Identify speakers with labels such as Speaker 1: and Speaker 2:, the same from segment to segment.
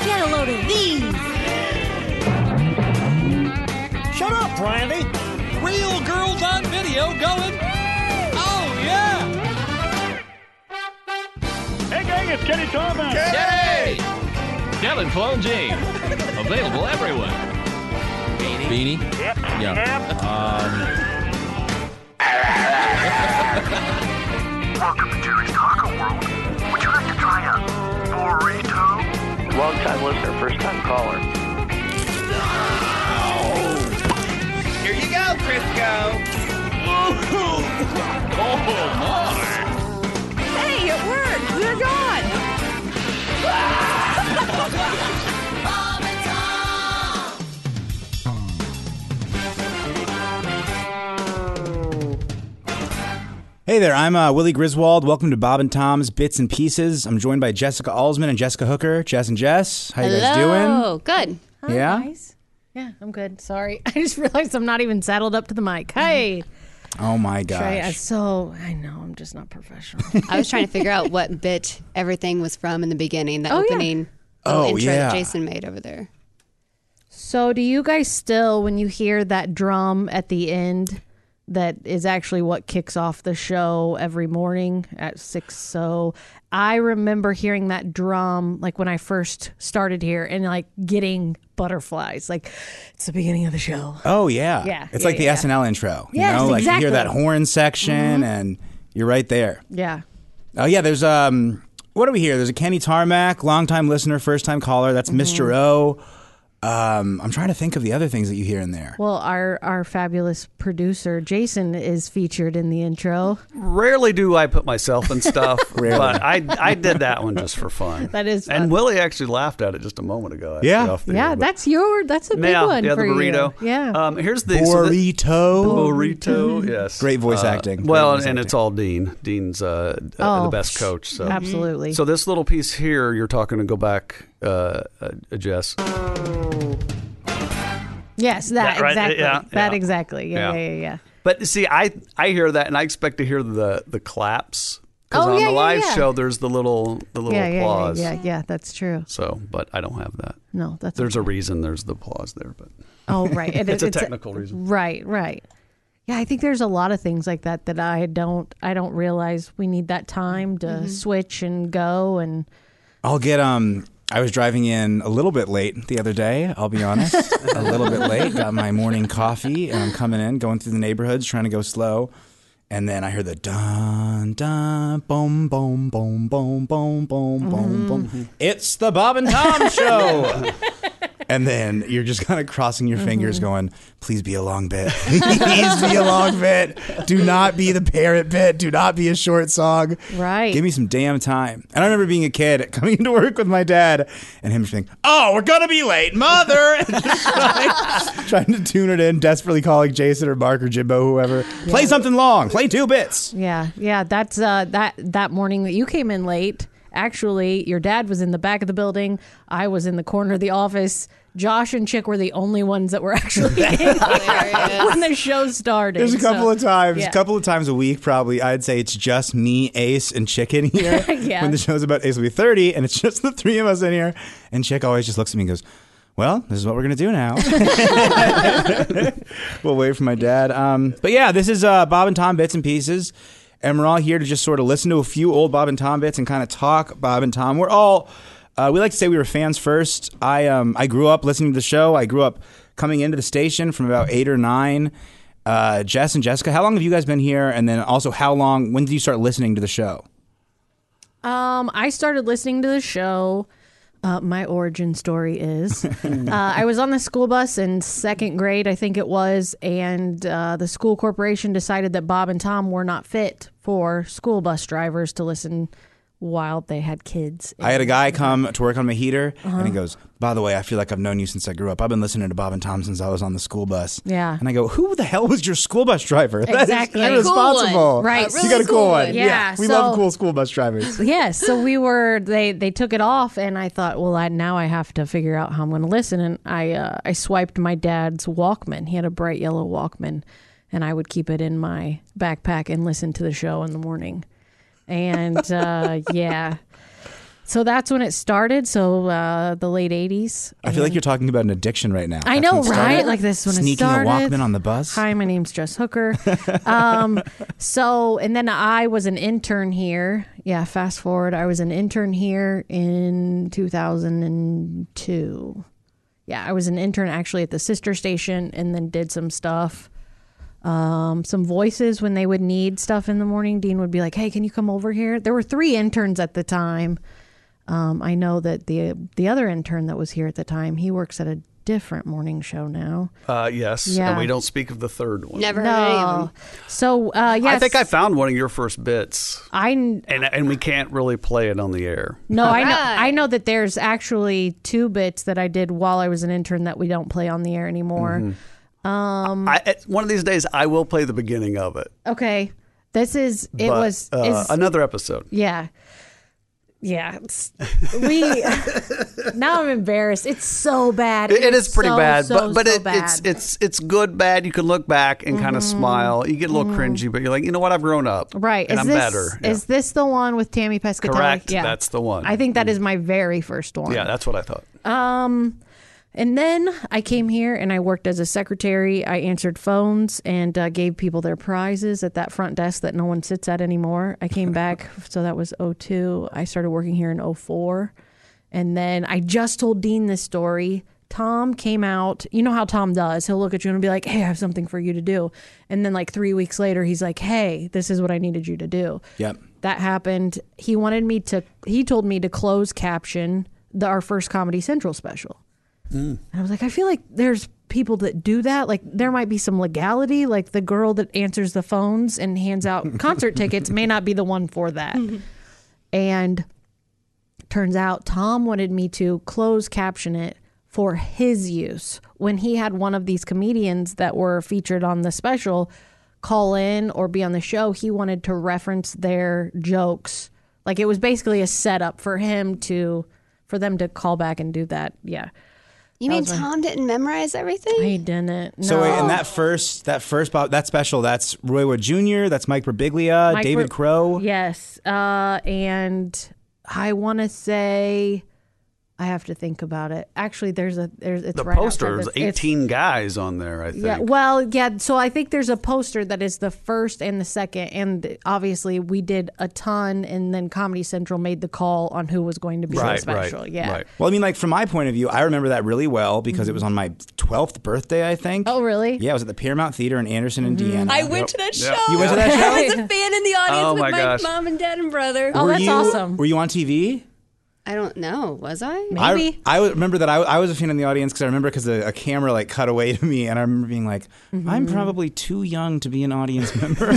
Speaker 1: Get a load of these.
Speaker 2: Shut up, Brandy. Real girls on video going. Oh yeah.
Speaker 3: Hey, gang, it's Kenny Thomas.
Speaker 2: Yay! Dylan Fonji. Available everywhere.
Speaker 4: Beanie?
Speaker 3: Yep.
Speaker 4: Yeah.
Speaker 3: Yep.
Speaker 5: Welcome to Jerry's Taco World. Would you like to try a burrito?
Speaker 6: Long time listener, first time caller.
Speaker 7: Here you go, Crisco.
Speaker 1: Hey, it worked. We're gone.
Speaker 8: Hey there, I'm uh, Willie Griswold. Welcome to Bob and Tom's Bits and Pieces. I'm joined by Jessica Alsman and Jessica Hooker. Jess and Jess, how you guys
Speaker 9: Oh, good.
Speaker 8: doing? yeah,
Speaker 10: Yeah, I'm good. Sorry. I just realized I'm not even saddled up to the mic. Hey.
Speaker 8: Oh my gosh.
Speaker 10: Trey, I so I know I'm just not professional.
Speaker 9: I was trying to figure out what bit everything was from in the beginning, the
Speaker 10: Oh, yeah.
Speaker 9: opening little
Speaker 8: Oh,
Speaker 9: intro
Speaker 8: yeah.
Speaker 9: that Jason made over there.
Speaker 10: so, do you guys still when you hear that drum at the end that is actually what kicks off the show every morning at 6 so I remember hearing that drum like when I first started here and like getting butterflies like it's the beginning of the show.
Speaker 8: Oh yeah.
Speaker 10: Yeah,
Speaker 8: It's
Speaker 10: yeah,
Speaker 8: like the
Speaker 10: yeah.
Speaker 8: SNL intro. You
Speaker 10: Yes,
Speaker 8: know, like you
Speaker 10: exactly. Mm-hmm.
Speaker 8: hear that horn section and you're right there.
Speaker 10: Yeah.
Speaker 8: Oh yeah, there's um what do we hear? There's a Kenny Tarmac, longtime listener, first time caller.
Speaker 10: Mm-hmm.
Speaker 8: That's Mr. O. Um, I'm trying to think of the other things that you hear in there.
Speaker 10: Well, our our fabulous producer Jason is featured in the intro.
Speaker 2: Rarely do I put myself in stuff,
Speaker 8: Rarely.
Speaker 2: but I I did that one just for fun.
Speaker 10: That is fun.
Speaker 2: And Willie actually laughed at it just a moment ago. actually,
Speaker 8: Yeah.
Speaker 2: off the
Speaker 10: Yeah,
Speaker 2: air, but-
Speaker 10: that's your that's a big
Speaker 2: yeah,
Speaker 10: one
Speaker 2: yeah,
Speaker 10: for
Speaker 2: the burrito.
Speaker 10: you. Yeah.
Speaker 2: Um, here's the so the-
Speaker 8: Burrito.
Speaker 2: burrito. Yes.
Speaker 8: Great voice
Speaker 2: Uh,
Speaker 8: acting.
Speaker 2: Well,
Speaker 8: Great voice
Speaker 2: and
Speaker 8: acting.
Speaker 2: it's all Dean. Dean's uh, d- uh,
Speaker 10: Oh,
Speaker 2: the best coach. So.
Speaker 10: Absolutely.
Speaker 2: So this little piece here, you're talking to go back, uh, uh, Jess.
Speaker 10: yes, that,
Speaker 2: That right-
Speaker 10: exactly.
Speaker 2: yeah,
Speaker 10: that
Speaker 2: yeah.
Speaker 10: exactly. Yeah, yeah,
Speaker 2: Yeah.
Speaker 10: yeah, yeah.
Speaker 2: But see, I I hear that, and I expect to hear the the claps because
Speaker 10: Oh,
Speaker 2: on
Speaker 10: yeah,
Speaker 2: the
Speaker 10: yeah,
Speaker 2: live
Speaker 10: yeah.
Speaker 2: show there's the little the little
Speaker 10: Yeah, yeah, yeah,
Speaker 2: applause.
Speaker 10: yeah, yeah, that's true.
Speaker 2: So, but I don't have that.
Speaker 10: No, that's
Speaker 2: There's a reason there's the applause there, but
Speaker 10: Oh, right. And
Speaker 2: it's a technical reason.
Speaker 10: Right, right. Yeah, I think there's a lot of things like that that I don't I don't realize we need that time to
Speaker 2: Mm-hmm.
Speaker 10: switch and go and
Speaker 8: I'll get um I was driving in a little bit late the other day, I'll be honest. a little bit late. Got my morning coffee and I'm coming in, going through the neighborhoods, trying to go slow. And then I heard the dun dun boom boom boom boom boom boom boom boom. It's the Bob and Tom show. and then you're just kind of crossing your fingers going, please be a long bit. please be a long bit. Do not be the parrot bit. Do not be a short song.
Speaker 10: Right.
Speaker 8: Give me some damn time. And I remember being a kid coming into work with my dad and him saying, Oh, we're going to be late, mother. And just trying, trying to tune it in, desperately calling Jason or Mark or Jimbo, whoever. Play something long. Play two bits.
Speaker 10: Yeah, yeah. That's uh, that that morning that you came in late. Actually, your dad was in the back of the building. I was in the corner of the office. Josh and Chick were the only ones that were actually in here when the show started.
Speaker 8: There's a couple
Speaker 10: So,
Speaker 8: of times,
Speaker 10: yeah.
Speaker 8: couple of times a week, probably. I'd say it's just me, Ace, and Chicken here.
Speaker 10: Yeah.
Speaker 8: When the show's about Ace will be 30, and it's just the three of us in here. And Chick always just looks at me and goes, well, this is what we're gonna do now. we'll wait for my dad. Um, but yeah, this is uh, Bob and Tom bits and pieces, and we're all here to just sort of listen to a few old Bob and Tom bits and kind of talk Bob and Tom. We're all Uh, we like to say we were fans first. I um I grew up listening to the show. I grew up coming into the station from about eight or nine. Uh, Jess and Jessica, how long have you guys been here? And then also, how long? When did you start listening to the show?
Speaker 10: Um, I started listening to the show. Uh, my origin story is uh, I was on the school bus in second grade, I think it was, and uh, the school corporation decided that Bob and Tom were not fit for school bus drivers to listen while they had kids.
Speaker 8: I had a guy come to work on my heater,
Speaker 10: Uh-huh.
Speaker 8: and he goes, "By the way, I feel like I've known you since I grew up. I've been listening to Bob and Tom since I was on the school bus."
Speaker 10: Yeah.
Speaker 8: And I go, "Who the hell was your school bus driver? That is
Speaker 10: Exactly. A cool
Speaker 8: irresponsible,
Speaker 10: one. Right. A
Speaker 8: you
Speaker 10: really
Speaker 8: got a cool,
Speaker 10: cool
Speaker 8: one.
Speaker 10: one. Yeah,
Speaker 8: We
Speaker 10: so-
Speaker 8: love cool school bus drivers.
Speaker 10: yeah, so we were they they took it off, and I thought, well, I now I have to figure out how I'm going to listen, and I uh, I swiped my dad's Walkman. He had a bright yellow Walkman, and I would keep it in my backpack and listen to the show in the morning, and uh, yeah. So that's when it started. So uh, the late '80s.
Speaker 8: I feel like you're talking about an addiction right now.
Speaker 10: I
Speaker 8: That's
Speaker 10: know,
Speaker 8: when it started?
Speaker 10: right? Like this when it
Speaker 8: sneaking
Speaker 10: started.
Speaker 8: a Walkman on the bus.
Speaker 10: Hi, my name's Jess Hooker. um, so, and then I was an intern here. Yeah, fast forward, I was an intern here in 2002. Yeah, I was an intern actually at the sister station, and then did some stuff, um, some voices when they would need stuff in the morning. Dean would be like, "Hey, can you come over here?" There were three interns at the time. Um, I know that the the other intern that was here at the time, he works at a different morning show now.
Speaker 2: Uh, yes,
Speaker 10: Yeah.
Speaker 2: and we don't speak of the third one.
Speaker 9: Never heard of him.
Speaker 10: So uh, yes,
Speaker 2: I think I found one of your first bits,
Speaker 10: I kn-
Speaker 2: and and we can't really play it on the air.
Speaker 10: no, I know I know that there's actually two bits that I did while I was an intern that we don't play on the air anymore.
Speaker 2: Mm-hmm.
Speaker 10: Um,
Speaker 2: I, at- one of these days, I will play the beginning of it.
Speaker 10: okay, this is it
Speaker 2: but,
Speaker 10: was
Speaker 2: uh,
Speaker 10: is,
Speaker 2: another episode.
Speaker 10: yeah. Yeah, it's, we now I'm embarrassed. It's so bad.
Speaker 2: It- it is pretty
Speaker 10: so,
Speaker 2: bad,
Speaker 10: so,
Speaker 2: but but
Speaker 10: so
Speaker 2: it,
Speaker 10: bad. Mm-hmm.
Speaker 2: it's it's it's good bad. You can look back and kind of smile. You get a little cringy, but you're like, you know what? I've grown up,
Speaker 10: right.
Speaker 2: And
Speaker 10: is
Speaker 2: I'm
Speaker 10: this
Speaker 2: better. Yeah.
Speaker 10: is this the one with Tammy Pescatelli?
Speaker 2: Correct.
Speaker 10: Yeah,
Speaker 2: That's the one.
Speaker 10: I think that is my very first one.
Speaker 2: yeah, that's what I thought.
Speaker 10: Um, and then I came here and I worked as a secretary. I answered phones and uh, gave people their prizes at that front desk that no one sits at anymore. I came back, so that was 02. I started working here in 04. And then I just told Dean this story. Tom came out. You know how Tom does. He'll look at you and be like, "Hey, I have something for you to do." And then like 3 weeks later, he's like, "Hey, this is what I needed you to do."
Speaker 8: Yep.
Speaker 10: that happened. He wanted me to. He told me to close caption the, our first Comedy Central special. And I was like, I feel like there's people that do that. Like there might be some legality. Like the girl that answers the phones and hands out concert tickets may not be the one for that. and turns out Tom wanted me to close caption it for his use when he had one of these comedians that were featured on the special call in or be on the show he wanted to reference their jokes like it was basically a setup for him to for them to call back and do that yeah
Speaker 9: You
Speaker 10: That
Speaker 9: mean
Speaker 10: was my-
Speaker 9: Tom didn't memorize everything?
Speaker 10: he didn't.
Speaker 8: So wait,
Speaker 10: No.
Speaker 8: and that first, that first, Bob, that special, that's Roy Wood Jr., that's Mike Birbiglia,
Speaker 10: Mike
Speaker 8: uh, David
Speaker 10: Bur-
Speaker 8: Crow.
Speaker 10: Yes. Uh, and I want to say, I have to think about it. Actually, there's a there's it's
Speaker 2: the
Speaker 10: right
Speaker 2: poster.
Speaker 10: After
Speaker 2: There's
Speaker 10: the, it's-
Speaker 2: 18 guys on there. I think.
Speaker 10: yeah. Well, yeah. So I think there's a poster that is the first and the second, and obviously we did a ton, and then Comedy Central made the call on who was going to be the special. yeah.
Speaker 8: Well, I mean, like from my point of view, I remember that really well because it was on my 12th birthday, I think.
Speaker 10: Mm-hmm. Oh, really? Mm-hmm.
Speaker 8: Yeah, I was at the Piermont Theater in Anderson, Indiana.
Speaker 1: I went to that show.
Speaker 8: You went to that show?
Speaker 1: I was a fan in the audience
Speaker 8: Oh
Speaker 1: with
Speaker 8: my
Speaker 1: my,
Speaker 8: gosh.
Speaker 1: mom and dad and brother.
Speaker 10: oh,
Speaker 8: Were you- Were you on TV?
Speaker 9: I don't know. Was I?
Speaker 8: I- I, remember that I, I was a fan in the audience because I remember because a, a camera like cut away to me, and I remember being like,
Speaker 10: Mm-hmm.
Speaker 8: "I'm probably too young to be an audience member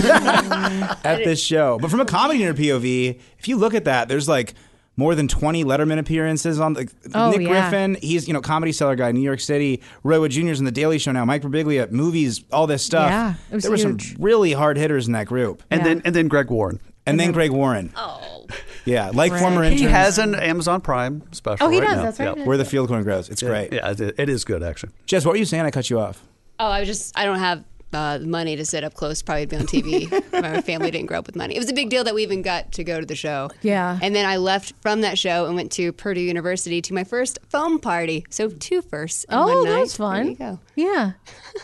Speaker 8: at this show." But from a comedy nerd POV, if you look at that, there's like more than 20 Letterman appearances on like,
Speaker 10: Oh,
Speaker 8: Nick
Speaker 10: yeah.
Speaker 8: Griffin. He's you know comedy seller guy, in New York City. Roy Wood Jr.'s in the Daily Show now. Mike Birbiglia, movies, all this stuff.
Speaker 10: Yeah, it was
Speaker 8: there were some
Speaker 10: huge.
Speaker 8: really hard hitters in that group,
Speaker 2: And then and then Greg Warren.
Speaker 8: and then Greg Warren. Oh, yeah, like
Speaker 2: Greg.
Speaker 8: former
Speaker 2: He
Speaker 8: intern.
Speaker 2: has an Amazon Prime special.
Speaker 10: Oh, he
Speaker 2: right
Speaker 10: does,
Speaker 2: Now.
Speaker 10: that's right.
Speaker 8: Where the field corn grows. It's
Speaker 2: Yeah,
Speaker 8: great.
Speaker 2: Yeah, it it is good actually.
Speaker 8: Jess, what were you saying? I cut you off.
Speaker 9: Oh, I was just I don't have uh, money to sit up close, probably be on TV. My family didn't grow up with money. It was a big deal that we even got to go to the show.
Speaker 10: Yeah.
Speaker 9: And then I left from that show and went to Purdue University to my first foam party. So two firsts. in
Speaker 10: Oh,
Speaker 9: one
Speaker 10: that
Speaker 9: night.
Speaker 10: was fun.
Speaker 9: There you go.
Speaker 10: Yeah.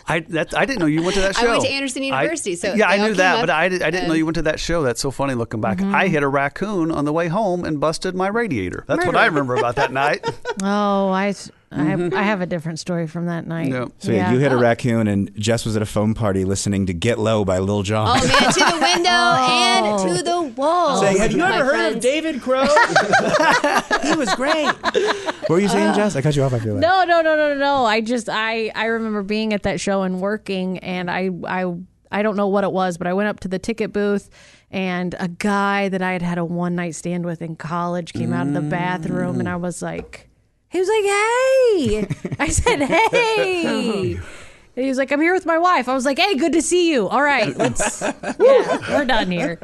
Speaker 2: I that I didn't know you went to that
Speaker 9: I
Speaker 2: show.
Speaker 9: went to Anderson University, so
Speaker 2: yeah,
Speaker 9: they all
Speaker 2: I knew
Speaker 9: came
Speaker 2: that,
Speaker 9: up
Speaker 2: but I, did, I didn't know
Speaker 9: and- Mm-hmm.
Speaker 2: you went to that show. That's so funny looking back. I hit a raccoon on the way home and busted my radiator. That's what I
Speaker 10: Murder.
Speaker 2: remember about that night.
Speaker 10: Oh, I, s- I
Speaker 2: Mm-hmm.
Speaker 10: have, I have a different story from that night.
Speaker 8: So yeah, you hit a
Speaker 10: Oh.
Speaker 8: raccoon, and Jess was at a phone party listening to "Get Low" by Lil Jon.
Speaker 9: Oh man, to the window
Speaker 10: Oh.
Speaker 9: and to the wall.
Speaker 8: Saying, "Have you
Speaker 9: my
Speaker 8: ever heard of
Speaker 9: friends.
Speaker 8: David Crow? he was great. what were you saying, Jess? I cut you off. I feel like.
Speaker 10: Uh, No, no, no, no, no. I just I I remember being at that show and working, and I I I don't know what it was, but I went up to the ticket booth, and a guy that I had had a one night stand with in college came out of the bathroom, and I was like, he was like, hey, I said, hey. And he was like, I'm here with my wife. I was like, hey, good to see you. All right, let's, yeah, we're done here.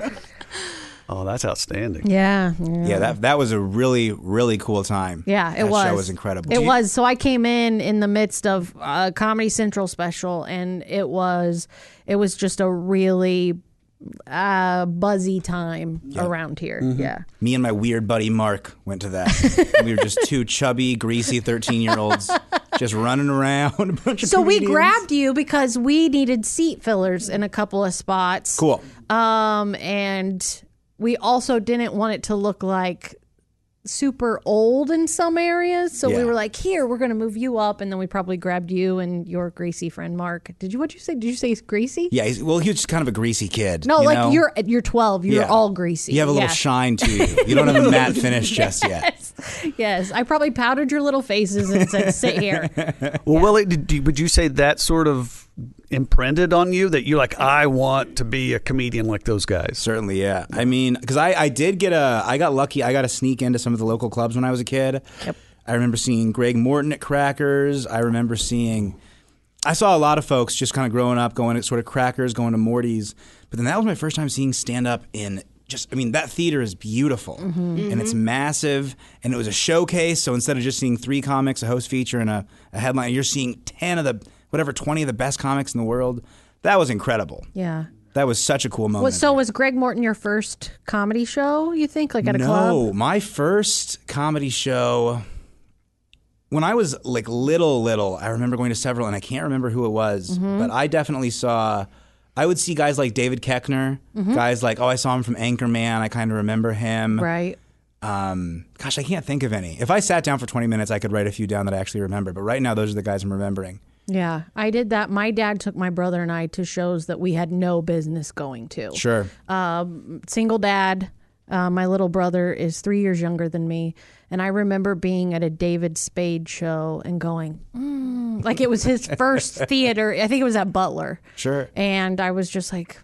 Speaker 2: Oh, that's outstanding.
Speaker 10: Yeah.
Speaker 8: Yeah. that that was a really really cool time.
Speaker 10: Yeah, it
Speaker 8: that
Speaker 10: was.
Speaker 8: Show was incredible.
Speaker 10: It was. So I came in in the midst of a Comedy Central special, and it was it was just a really uh, buzzy time around here.
Speaker 8: Mhm.
Speaker 10: Yeah.
Speaker 8: Me and my weird buddy Mark went to that. we were just two chubby, greasy thirteen-year-olds just running around. A bunch of
Speaker 10: So we
Speaker 8: comedians.
Speaker 10: grabbed you because we needed seat fillers in a couple of spots.
Speaker 8: Cool.
Speaker 10: Um, and we also didn't want it to look like super old in some areas. So we
Speaker 8: Yeah.
Speaker 10: were like, here, we're going to move you up. And then we probably grabbed you and your greasy friend, Mark. Did you, what'd you say? Did you say he's greasy?
Speaker 8: Yeah, he's, well, he was just kind of a greasy kid.
Speaker 10: No,
Speaker 8: you
Speaker 10: like
Speaker 8: know?
Speaker 10: you're, you're 12. You're
Speaker 8: Yeah.
Speaker 10: all greasy.
Speaker 8: You have a little
Speaker 10: Yeah.
Speaker 8: shine to you. You don't have a matte finish just yet.
Speaker 10: Yes. I probably powdered your little faces and said, sit here.
Speaker 2: Well, Willie, did, you- would you say that sort of imprinted on you that you're like, I want to be a comedian like those guys?
Speaker 8: Certainly, yeah. I mean, because I, I did get a, I got lucky. I got to sneak into some of the local clubs when I was a kid. Yep. I remember seeing Greg Morton at Crackers. I remember seeing, I saw a lot of folks just kind of growing up, going to sort of Crackers, going to Morty's. But then that was my first time seeing stand up in just, I mean, that theater is beautiful
Speaker 10: Mm-hmm.
Speaker 4: Mhm.
Speaker 8: and it's
Speaker 4: Mhm.
Speaker 8: massive and it was a showcase. So instead of just seeing three comics, a host feature, and a, a headline, you're seeing 10 of the, whatever, 20 of the best comics in the world. That was incredible.
Speaker 10: Yeah.
Speaker 8: That was such a cool moment.
Speaker 10: Well, so was Greg Morton your first comedy show, you think? Like at a
Speaker 8: no,
Speaker 10: club?
Speaker 8: my first comedy show when I was like little, little, I remember going to several and I can't remember who it was,
Speaker 10: Mm-hmm.
Speaker 4: Mhm.
Speaker 8: but I definitely saw I would see guys like David Keckner,
Speaker 10: Mm-hmm.
Speaker 4: Mhm.
Speaker 8: guys like, oh, I saw him from Anchorman. I kind of remember him.
Speaker 10: Right.
Speaker 8: Um, gosh, I can't think of any. If I sat down for 20 minutes, I could write a few down that I actually remember. But right now, those are the guys I'm remembering.
Speaker 10: Yeah, I did that. My dad took my brother and I to shows that we had no business going to.
Speaker 8: Sure.
Speaker 10: Um, single dad. Uh, my little brother is three years younger than me. And I remember being at a David Spade show and going, mm, like it was his first theater. I think it was at Butler.
Speaker 8: Sure.
Speaker 10: And I was just like,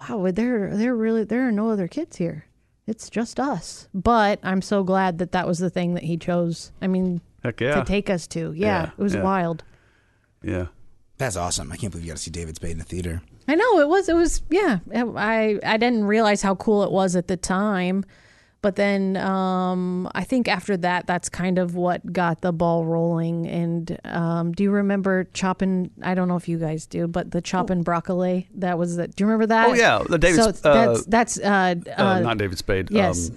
Speaker 10: wow, would there, there really, there are no other kids here. It's just us. But I'm so glad that that was the thing that he chose. I mean,
Speaker 2: Heck
Speaker 10: to take us to. Yeah,
Speaker 8: Yeah,
Speaker 10: it was
Speaker 8: yeah.
Speaker 10: wild.
Speaker 2: Yeah.
Speaker 8: That's awesome. I can't believe you got to see David Spade in a theater.
Speaker 10: I know it was. It was. Yeah, I I didn't realize how cool it was at the time, but then um, I think after that, that's kind of what got the ball rolling. And um, do you remember chopping? I don't know if you guys do, but the chopping broccoli. That was the. Do you remember that?
Speaker 2: Oh, yeah, the David-
Speaker 10: So that's
Speaker 2: uh,
Speaker 10: that's uh,
Speaker 2: Uh, not David Spade.
Speaker 10: Yes.
Speaker 2: Um,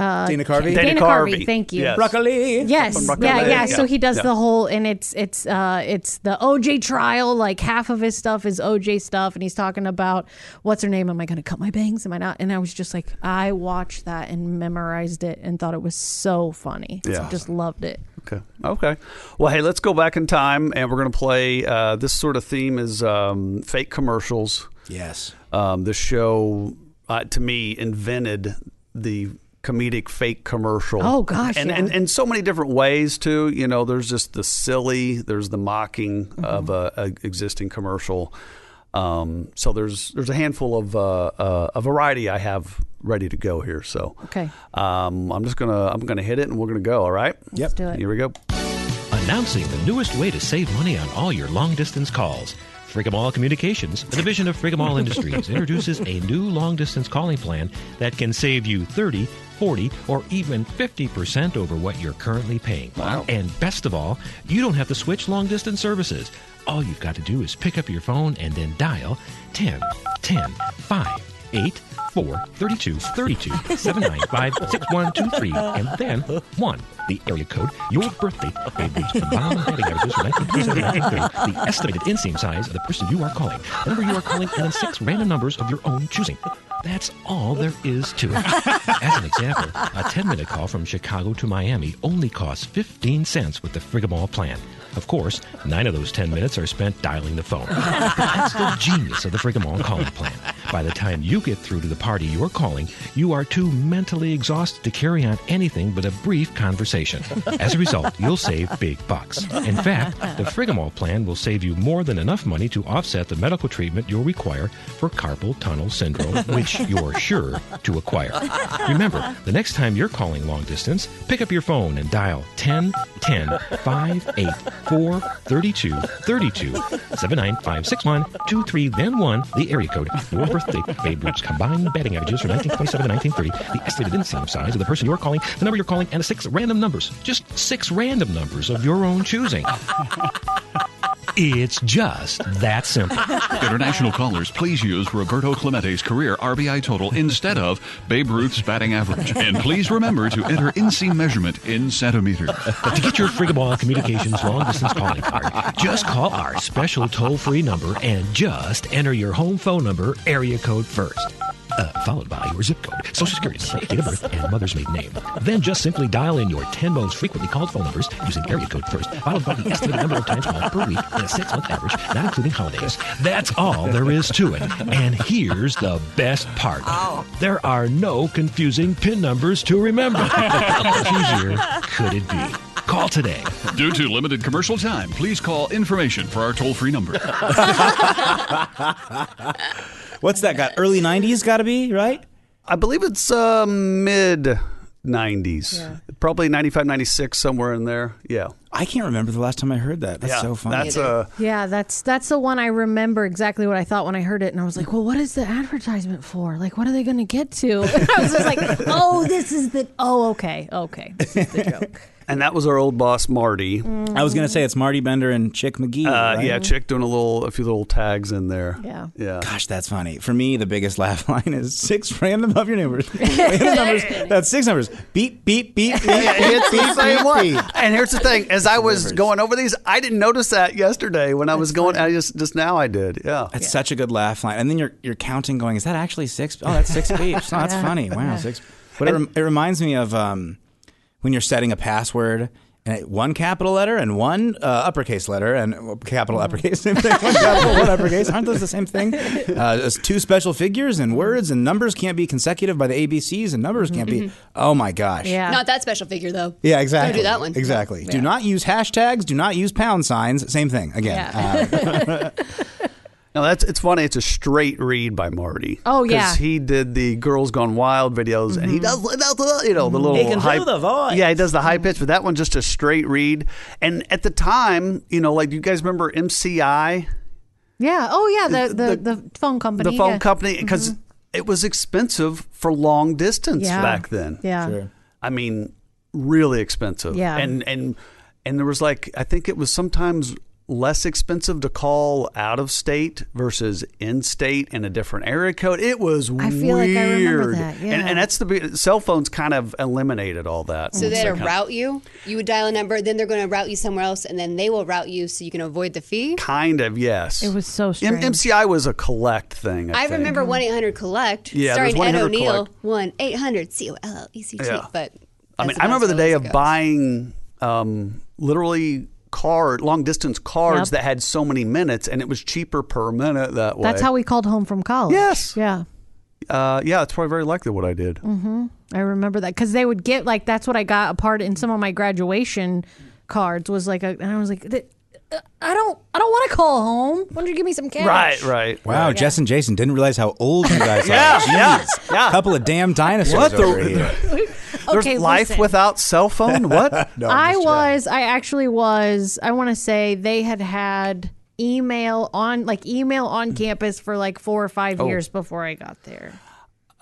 Speaker 10: uh,
Speaker 2: Dana Carvey?
Speaker 10: Dana,
Speaker 2: Dana
Speaker 10: Carvey.
Speaker 2: Carvey,
Speaker 10: Thank you.
Speaker 2: yes. Broccoli.
Speaker 10: Yes.
Speaker 2: Broccoli.
Speaker 10: Yeah, yeah.
Speaker 2: Yeah.
Speaker 10: So he does
Speaker 2: Yeah.
Speaker 10: the whole, and it's it's uh it's the OJ trial. Like half of his stuff is OJ stuff, and he's talking about what's her name? Am I going to cut my bangs? Am I not? And I was just like, I watched that and memorized it, and thought it was so funny.
Speaker 2: Yeah.
Speaker 10: So just loved it.
Speaker 2: Okay. Okay. Well, hey, let's go back in time, and we're going to play. Uh, this sort of theme is um, fake commercials.
Speaker 8: Yes.
Speaker 2: Um, the show, uh, to me, invented the comedic fake commercial.
Speaker 10: Oh, gosh,
Speaker 2: And
Speaker 10: yeah.
Speaker 2: and in so many different ways too. You know, there's just the silly, there's the mocking
Speaker 10: Mm-hmm.
Speaker 2: of a, a existing commercial. Um, so there's there's a handful of uh, uh, a variety I have ready to go here. So
Speaker 10: Okay.
Speaker 2: um, I'm just gonna I'm gonna hit it and we're gonna go. All right. Yep.
Speaker 10: do it.
Speaker 2: Here we go.
Speaker 11: Announcing the newest way to save money on all your long distance calls
Speaker 4: Frigamall Communications, a division of Frigamall Industries, introduces a new long distance calling plan that can save you 30, 40, or even 50% over what you're currently paying. Wow. And best of all, you don't have to switch long distance services. All you've got to do is pick up your phone and then dial 10 10 5 8 4 32 32 795 6123 and then 1. The area code, your birthday, baby's mom, batting averages from 1927 to 1930, the estimated inseam size of the person you are calling, the number you are calling, and then six random numbers of your own choosing. That's all there is to it. As an example, a 10 minute call from Chicago to Miami only costs 15 cents with the Frigamall plan. Of course, nine of those 10 minutes are spent dialing the phone. That's the genius of the Frigamall calling plan. By the time you get through to the party you're calling, you are too mentally exhausted to carry on anything but a brief conversation. As a result, you'll save big bucks. In fact, the Frigamall plan will save you more than enough money to offset the medical treatment you'll require for carpal tunnel syndrome, which you're sure to acquire. Remember, the next time you're calling long distance, pick up your phone and dial 10 10 584 32 32 79561 23 then 1, the area code, your birthday, Babe Ruth's combined batting averages from 1927 to 1930, the estimated inseam size of the person you're calling, the number you're calling, and the six random numbers. Just six random numbers of your own choosing. It's just that simple.
Speaker 11: International callers, please use Roberto Clemente's career RBI total instead of Babe Ruth's batting average. And please remember to enter inseam measurement in centimeters.
Speaker 4: to get your Frigaball Communications long distance calling card, just call our special toll free number and just enter your home phone number, area code first. Uh, followed by your zip code, social security number, date of birth, and mother's maiden name. Then just simply dial in your 10 most frequently called phone numbers using area code first, followed by the estimated number of times called per week and a six month average, not including holidays. That's all there is to it. And here's the best part there are no confusing PIN numbers to remember. How much easier could it be? Call today.
Speaker 11: Due to limited commercial time, please call information for our toll free number.
Speaker 8: What's that got? Early 90s got to be, right?
Speaker 2: I believe it's uh, mid 90s. Probably 95, 96, somewhere in there. Yeah.
Speaker 8: I can't remember the last time I heard that. That's so funny.
Speaker 2: That's uh,
Speaker 10: Yeah, that's that's the one I remember exactly what I thought when I heard it, and I was like, "Well, what is the advertisement for? Like, what are they going to get to?" I was just like, "Oh, this is the oh, okay, okay."
Speaker 2: and that was our old boss, Marty.
Speaker 10: I was gonna
Speaker 8: say it's Marty Bender and Chick McGee.
Speaker 2: Uh,
Speaker 8: right?
Speaker 2: Yeah, Chick doing a little, a few little tags in there.
Speaker 10: Yeah.
Speaker 2: Yeah.
Speaker 8: Gosh, that's funny. For me, the biggest laugh line is six random of your neighbors. Random numbers. That's six numbers. Beep, beep, beep, beep,
Speaker 2: Yeah, it's
Speaker 8: beep,
Speaker 2: the
Speaker 8: beep,
Speaker 2: same
Speaker 8: beep,
Speaker 2: one.
Speaker 8: beep.
Speaker 2: And here's the thing: as I was going over these, I didn't notice that yesterday when I was going. I just just now I did. Yeah,
Speaker 8: That's such a good laugh line. And then you're you're counting, going, is that actually six? Oh, that's six beeps. No, that's
Speaker 2: Yeah.
Speaker 8: funny. Wow,
Speaker 2: Yeah.
Speaker 8: six. But it, rem- it reminds me of um, when you're setting a password. And it, one capital letter and one uh, uppercase letter and well, capital
Speaker 9: Mm-hmm.
Speaker 8: uppercase. same thing. one capital, one uppercase. Aren't those the same thing? Uh, it's two special figures and words and numbers can't be consecutive by the ABCs and numbers can't be.
Speaker 9: Mhm.
Speaker 8: Oh my gosh.
Speaker 9: Not that special figure though.
Speaker 8: Yeah, exactly.
Speaker 9: Don't do that one.
Speaker 8: Exactly. Do
Speaker 9: Yeah.
Speaker 8: not use hashtags. Do not use pound signs. Same thing again. Uh,
Speaker 9: Yeah.
Speaker 2: Now that's it's funny. It's a straight read by Marty.
Speaker 10: Oh, yeah. Mm-hmm.
Speaker 2: 'Cause he did the Girls Gone Wild videos, and he does you know the little
Speaker 8: He can do
Speaker 2: high,
Speaker 8: the voice.
Speaker 2: Yeah, he does the high pitch, but that one just a straight read. And at the time, you know, like you guys remember MCI,
Speaker 10: yeah. Oh, yeah. The the, the, phone company.
Speaker 2: the phone
Speaker 10: yeah.
Speaker 2: company, because it was expensive for long distance
Speaker 10: Mm-hmm. Yeah.
Speaker 2: back then.
Speaker 10: Yeah. Sure.
Speaker 2: I mean, really expensive.
Speaker 10: Yeah.
Speaker 2: and and and there was like I think it was sometimes less expensive to call out of state versus in state and a different area code. It was
Speaker 10: I feel like
Speaker 2: weird.
Speaker 10: I remember that,
Speaker 2: and,
Speaker 10: yeah.
Speaker 2: and that's the big- cell phones kind of eliminated all that.
Speaker 9: So they
Speaker 2: It's
Speaker 9: had to
Speaker 2: like a-
Speaker 9: route you. You would dial a number, then they're going to route you somewhere else, and then they will route you so you can avoid the fee.
Speaker 2: Kind of yes.
Speaker 9: It was
Speaker 10: so
Speaker 9: strange.
Speaker 2: MCI was a collect thing. I,
Speaker 9: I
Speaker 2: think.
Speaker 9: remember one eight hundred collect
Speaker 2: Yeah, there's
Speaker 9: starring Ed
Speaker 2: 1-800
Speaker 9: O'Neill.
Speaker 2: Collect.
Speaker 9: One eight hundred C O L L E C T.
Speaker 2: Yeah.
Speaker 9: But
Speaker 2: I mean,
Speaker 9: that's
Speaker 2: I remember the
Speaker 9: about as
Speaker 2: day
Speaker 9: low as
Speaker 2: of
Speaker 9: it goes.
Speaker 2: buying um, literally card long distance
Speaker 10: Yep.
Speaker 2: cards that had so many minutes, and it was cheaper per minute that way.
Speaker 10: That's how we called home from college. Yes. Yeah.
Speaker 2: Uh, yeah, that's probably very likely what I did.
Speaker 10: hmm I remember that because they would get like that's what I got a part in some of my graduation cards was like a, and I was like, "Th- uh, I don't I don't want to call home. Why don't you give me some cash?
Speaker 2: right.
Speaker 8: Wow, Jess and Jason didn't realize how old you guys
Speaker 2: Yeah,
Speaker 8: are.
Speaker 2: yeah,
Speaker 8: Jeez. Couple of damn dinosaurs
Speaker 2: What the-
Speaker 8: over here.
Speaker 2: There's
Speaker 10: Okay,
Speaker 2: life
Speaker 10: listen.
Speaker 2: without cell phone. What?
Speaker 10: I was I actually was I want to say they had had email on like email on campus for like four or five
Speaker 2: Oh.
Speaker 10: years before I got there.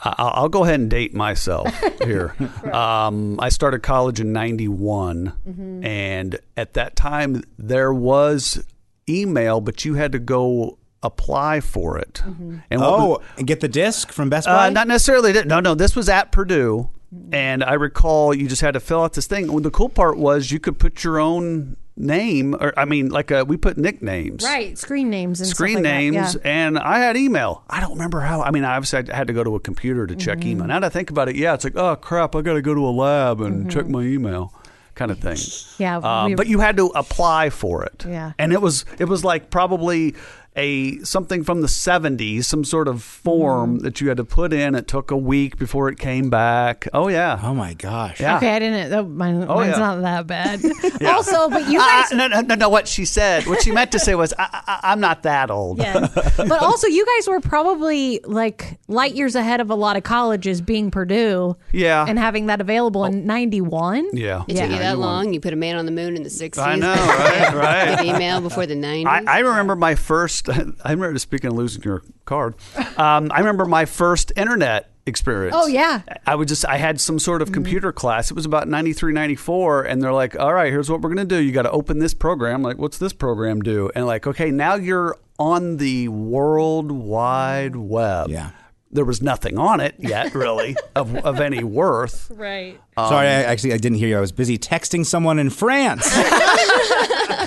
Speaker 2: I- I'll, I'll go ahead and date myself here. um, I started college in 91.
Speaker 10: Mhm.
Speaker 2: And at that time, there was email, but you had to go apply for it. And what
Speaker 8: oh,
Speaker 2: was-
Speaker 8: and get the disc from Best Buy.
Speaker 2: uh, not necessarily. that- No, no, this was at Purdue. And I recall you just had to fill out this thing. Well, the cool part was you could put your own name, or I mean, like uh we put nicknames
Speaker 10: Right, screen names and stuff
Speaker 2: screen
Speaker 10: like that,
Speaker 2: names,
Speaker 10: yeah.
Speaker 2: and I had email. I don't remember how. I mean, I obviously I had to go to a computer to check
Speaker 10: Mm-hmm.
Speaker 2: email. Now that I think about it, yeah, it's like, oh crap, I got to go to a lab and
Speaker 10: Mm-hmm.
Speaker 2: check my email, kind of thing.
Speaker 10: Yeah,
Speaker 2: Um,
Speaker 10: we-
Speaker 2: but you had to apply for it.
Speaker 10: Yeah.
Speaker 2: and it was it was like probably a something from the 70s some sort of form
Speaker 10: Mm-hmm.
Speaker 2: that you had to put in it took a week before it came back oh yeah
Speaker 8: oh my gosh
Speaker 2: yeah
Speaker 10: Okay, I didn't. Oh, mine,
Speaker 2: Oh,
Speaker 10: mine's
Speaker 2: yeah.
Speaker 10: not that bad. Ah.
Speaker 2: Yeah.
Speaker 10: Also, but you
Speaker 2: Uh,
Speaker 10: guys,
Speaker 2: uh, no, no, no, no. What she said, what she meant to say was, I, I, I'm not that old.
Speaker 10: Yes. but also you guys were probably like light years ahead of a lot of colleges, being Purdue.
Speaker 2: Yeah. Oh.
Speaker 10: and having that available in '91.
Speaker 2: Yeah.
Speaker 9: It took you that long. You put a man on the moon in the 60s.
Speaker 2: I know, right? Right.
Speaker 9: Get email before the 90s.
Speaker 2: I, I remember my first. I remember speaking of losing your card. Um, I remember my first internet experience.
Speaker 10: Oh, yeah. Mm-hmm.
Speaker 2: I would just. I had some sort of computer class. It was about 93, 94, and they're like, "All right, here's what we're gonna do. You got to open this program. Like, what's this program do? And like, okay, now you're on the World Wide Web. Yeah. There was nothing on it yet, really, of, of any worth.
Speaker 10: Right.
Speaker 2: Um,
Speaker 8: Sorry, I, actually, I didn't hear you. I was busy texting someone in France.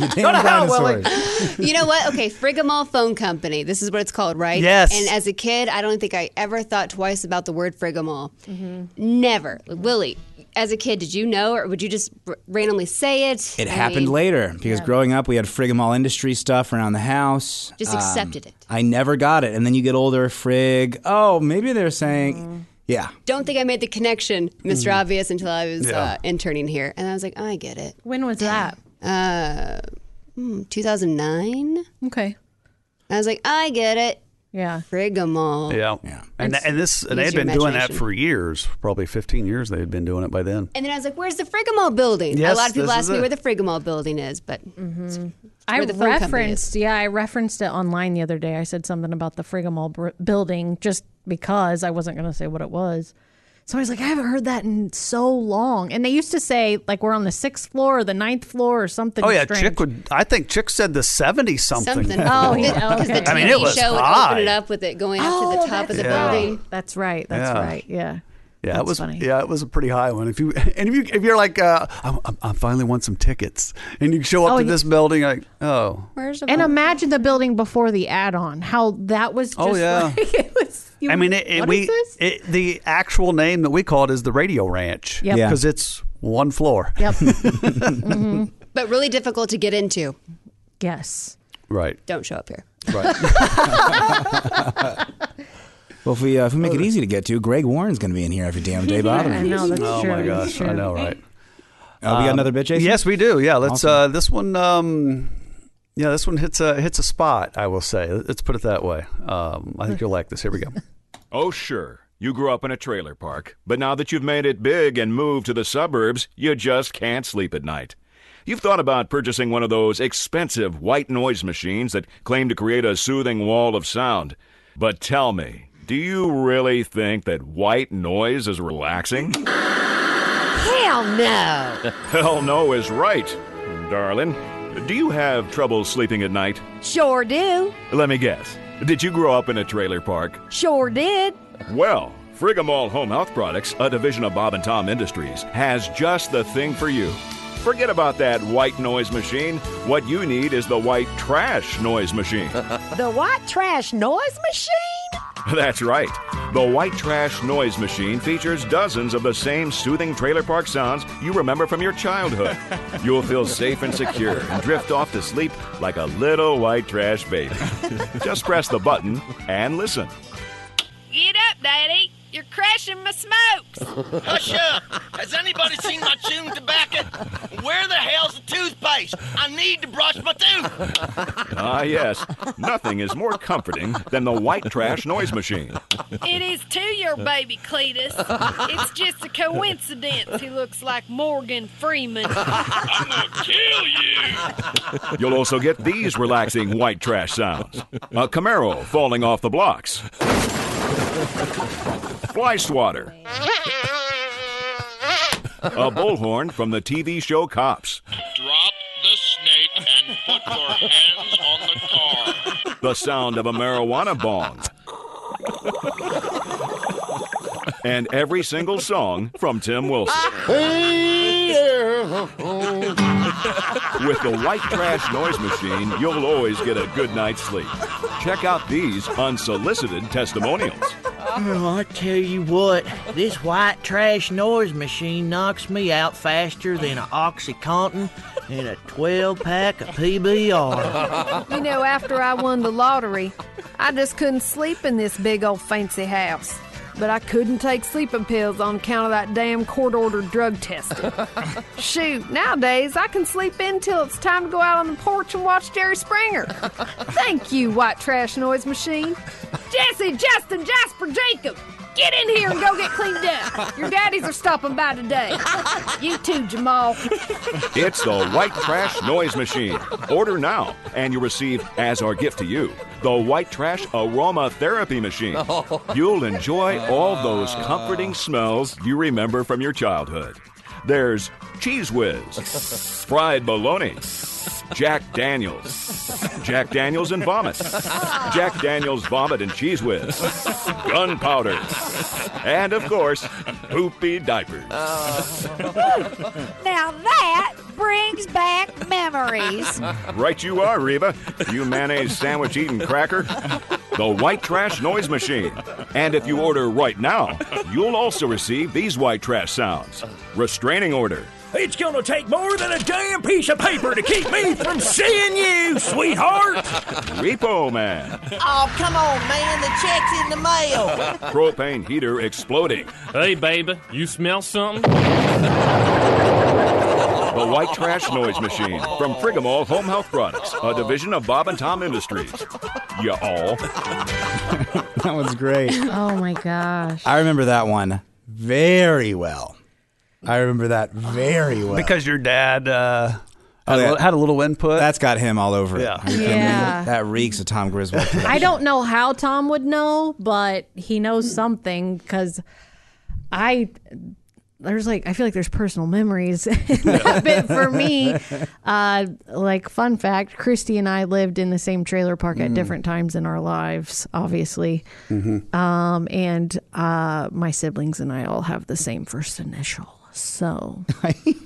Speaker 8: You damn dinosaurs.
Speaker 9: you know what? Okay, Frigamall Phone Company. This is what it's called, right?
Speaker 8: Yes.
Speaker 9: And as a kid, I don't think I ever thought twice about the word Frigamall.
Speaker 2: Mm-hmm.
Speaker 9: Never. Like, Willie, as a kid, did you know or would you just r- randomly say it?
Speaker 8: It
Speaker 9: I
Speaker 8: happened
Speaker 9: mean,
Speaker 8: later because
Speaker 9: yeah.
Speaker 8: growing up, we had Frigamall industry stuff around the house. Um,
Speaker 9: Just accepted it.
Speaker 8: I never got it. And then you get older, Frig. Oh, maybe they're saying,
Speaker 9: Mm.
Speaker 8: yeah.
Speaker 9: Don't think I made the connection, Mr.
Speaker 2: Mm-hmm.
Speaker 8: Mhm.
Speaker 9: Obvious, until I was
Speaker 8: Yeah.
Speaker 9: uh, interning here. And I was like, oh, I get it.
Speaker 10: When was that?
Speaker 9: Uh, 2009.
Speaker 10: Okay.
Speaker 9: I was like, I get it.
Speaker 10: Yeah.
Speaker 9: Frigamall.
Speaker 2: Yeah. yeah. And,
Speaker 9: It's-
Speaker 2: and this, and they
Speaker 9: use
Speaker 2: had
Speaker 9: your
Speaker 2: been doing that
Speaker 9: imagination.
Speaker 2: for years, probably 15 years. They had been doing it by then.
Speaker 9: And then I was like, "Where's the Frigamall building?"
Speaker 2: Yes,
Speaker 9: a lot of people
Speaker 2: this
Speaker 9: ask
Speaker 2: is
Speaker 9: me
Speaker 2: it.
Speaker 9: where the Frigamall building is, but it's
Speaker 10: I
Speaker 9: where the phone company
Speaker 10: referenced, yeah, I referenced it online the other day. I said something about the Frigamall br- building just because I wasn't going to say what it was. So I was like, I haven't heard that in so long. And they used to say like we're on the sixth floor or the ninth floor or something.
Speaker 2: Oh yeah,
Speaker 10: strange.
Speaker 2: Chick would. I think Chick said the seventy something.
Speaker 10: Something. Oh, yeah, Oh,
Speaker 9: Because the
Speaker 2: I mean,
Speaker 9: TV
Speaker 2: it was
Speaker 9: show would
Speaker 2: high.
Speaker 9: open it up with it going up to the top of the
Speaker 2: that's right.
Speaker 9: building.
Speaker 10: That's right. That's
Speaker 2: Yeah.
Speaker 10: right. Yeah.
Speaker 2: Yeah,
Speaker 10: That's
Speaker 2: it was.
Speaker 10: funny.
Speaker 2: Yeah, it was a pretty high one. If you and if you if you're like, uh, I, I- I finally want some tickets, and you show up
Speaker 10: Oh,
Speaker 2: to
Speaker 10: yeah.
Speaker 2: this building, like, oh,
Speaker 10: and imagine the building before the add-on. How that was. Just
Speaker 2: Oh, yeah.
Speaker 10: Like, it was. you-
Speaker 2: I mean, it, it,
Speaker 10: what
Speaker 2: we
Speaker 10: is this?
Speaker 2: it, the actual name that we call it is the Radio Ranch,
Speaker 10: Yep. Yeah.
Speaker 2: because it's one floor,
Speaker 10: Yep.
Speaker 9: But really difficult to get into.
Speaker 10: Yes.
Speaker 2: right?
Speaker 9: Don't show up here.
Speaker 2: Right.
Speaker 8: Well, if we, uh, if we make it easy to get to, Greg Warren's going to be in here every damn day, Bob.
Speaker 2: I know, that's Oh, my true, that's gosh, I true. know, right?
Speaker 8: Uh, we got
Speaker 2: Um,
Speaker 8: another bit, Jason?
Speaker 2: Yes, we do. Yeah, let's. Uh, this one. Um, yeah, this one hits a hits a spot. I will say. Let's put it that way. Um, I think you'll like this. Here we go.
Speaker 3: Oh, sure. You grew up in a trailer park, but now that you've made it big and moved to the suburbs, you just can't sleep at night. You've thought about purchasing one of those expensive white noise machines that claim to create a soothing wall of sound. But tell me, do you really think that white noise is relaxing?
Speaker 9: Hell no.
Speaker 3: Hell no is right, darling. Do you have trouble sleeping at night?
Speaker 12: Sure do.
Speaker 3: Let me guess. Did you grow up in a trailer park?
Speaker 12: Sure did.
Speaker 3: Well, Frigamall Home Health Products, a division of Bob and Tom Industries, has just the thing for you. Forget about that white noise machine. What you need is the white trash noise machine.
Speaker 12: The white trash noise machine?
Speaker 3: That's right. The White Trash Noise Machine features dozens of the same soothing trailer park sounds you remember from your childhood. You'll feel safe and secure and drift off to sleep like a little white trash baby. Just press the button and listen.
Speaker 13: Get up, Daddy. You're crashing my smokes.
Speaker 14: Hush up! Has anybody seen my chewing tobacco? Where the hell's the toothpaste?
Speaker 3: tears.
Speaker 14: I need to brush my teeth.
Speaker 3: Ah, yes. Nothing is more comforting than the white trash noise machine.
Speaker 13: It is to your baby, Cletus. It's just a coincidence he looks like Morgan Freeman. I'm gonna kill
Speaker 3: You'll also get these relaxing white trash sounds a Camaro falling off the blocks, fly swatter, a bullhorn from the TV show Cops,
Speaker 14: Drop the snake and put your hands on the car.
Speaker 3: the sound of a marijuana bong, and every single song from Tim Wilson. With the white trash noise machine, you'll always get a good night's sleep. Check out these unsolicited testimonials.
Speaker 15: Oh, I tell you what, this white trash noise machine knocks me out faster than an Oxycontin and a 12 pack of PBR.
Speaker 12: You know, after I won the lottery, I just couldn't sleep in this big old fancy house. But I couldn't take sleeping pills on account of that damn court ordered drug testing. Shoot, nowadays I can sleep in till it's time to go out on the porch and watch Jerry Springer. Thank you, white trash noise machine. Jesse, Justin, Jasper, Jacob, get in here and go get cleaned up. Your daddies are stopping by today. You too, Jamal.
Speaker 3: It's the White Trash Noise Machine. Order now, and you receive, as our gift to you, the White Trash Aromatherapy Machine. You'll enjoy all those comforting smells you remember from your childhood. There's Cheese Whiz, Fried Bologna, Jack Daniels, Jack Daniels and Vomit, Jack Daniels Vomit and Cheese Whiz, Gunpowder, and of course, Poopy Diapers.
Speaker 16: Now that brings back memories.
Speaker 3: Right you are, Reba. You mayonnaise sandwich eating cracker. The White Trash Noise Machine. And if you order right now, you'll also receive these white trash sounds. Restraining order.
Speaker 17: It's gonna take more than a damn piece of paper to keep me from seeing you, sweetheart.
Speaker 3: Repo man.
Speaker 16: Oh, come on, man. The check's in the mail.
Speaker 3: Propane heater exploding.
Speaker 18: Hey, baby, you smell something?
Speaker 3: The White Trash Noise Machine from Frigamall Home Health Products, a division of Bob and Tom Industries. You all.
Speaker 8: that one's great.
Speaker 10: Oh my gosh.
Speaker 8: I remember that one very well. I remember that very well.
Speaker 2: Because your dad uh, had, a
Speaker 8: Oh, yeah.
Speaker 2: little, had a little input.
Speaker 8: That's got him all over it.
Speaker 2: Yeah.
Speaker 8: Are you kidding me?
Speaker 10: Yeah.
Speaker 8: That reeks of Tom Griswold.
Speaker 10: I don't know how Tom would know, but he knows something because I there's like I feel like there's personal memories in that bit for me. Uh, like fun fact, Christy and I lived in the same trailer park at
Speaker 19: Mm.
Speaker 10: different times in our lives, obviously.
Speaker 2: Mm-hmm.
Speaker 19: Mhm.
Speaker 10: Um, and uh, my siblings and I all have the same first initial. So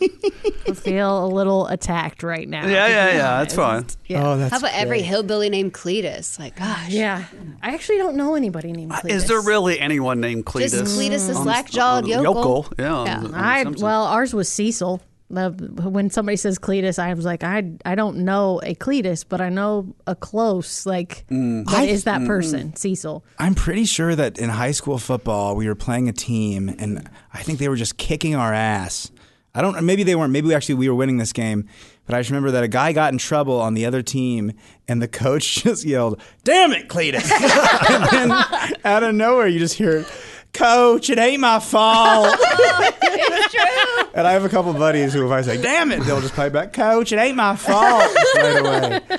Speaker 10: I feel a little attacked right now.
Speaker 2: Yeah,
Speaker 10: to
Speaker 2: yeah,
Speaker 10: be
Speaker 2: yeah. That's fine.
Speaker 10: honest. Yeah.
Speaker 2: Oh,
Speaker 9: How about every hillbilly named Cletus? Like, gosh.
Speaker 10: Yeah. I actually don't know anybody named Cletus.
Speaker 2: Uh, Is there really anyone named Cletus?
Speaker 9: Just Cletus the
Speaker 2: On
Speaker 9: slack-jawed
Speaker 2: on-
Speaker 9: yokel.
Speaker 2: Yeah. on
Speaker 10: Yeah.
Speaker 2: the- on the
Speaker 10: I
Speaker 2: Simpsons.
Speaker 10: well, ours was Cecil. The- When somebody says Cletus, I was like, I I don't know a Cletus, but I know a close. Like,
Speaker 8: Mm.
Speaker 10: what
Speaker 8: I-
Speaker 10: is that
Speaker 8: Mm.
Speaker 10: person? Cecil.
Speaker 8: I'm pretty sure that in high school football, we were playing a team, and I think they were just kicking our ass. I don't. Maybe they weren't. Maybe we actually we were winning this game. But I just remember that a guy got in trouble on the other team, and the coach just yelled, "Damn it, Cletus!" and then out of nowhere, you just hear, "Coach, it ain't my fault."
Speaker 16: it's true.
Speaker 8: and I have a couple buddies who, if I say, "Damn it," they'll just play back, "Coach, it ain't my fault." right away.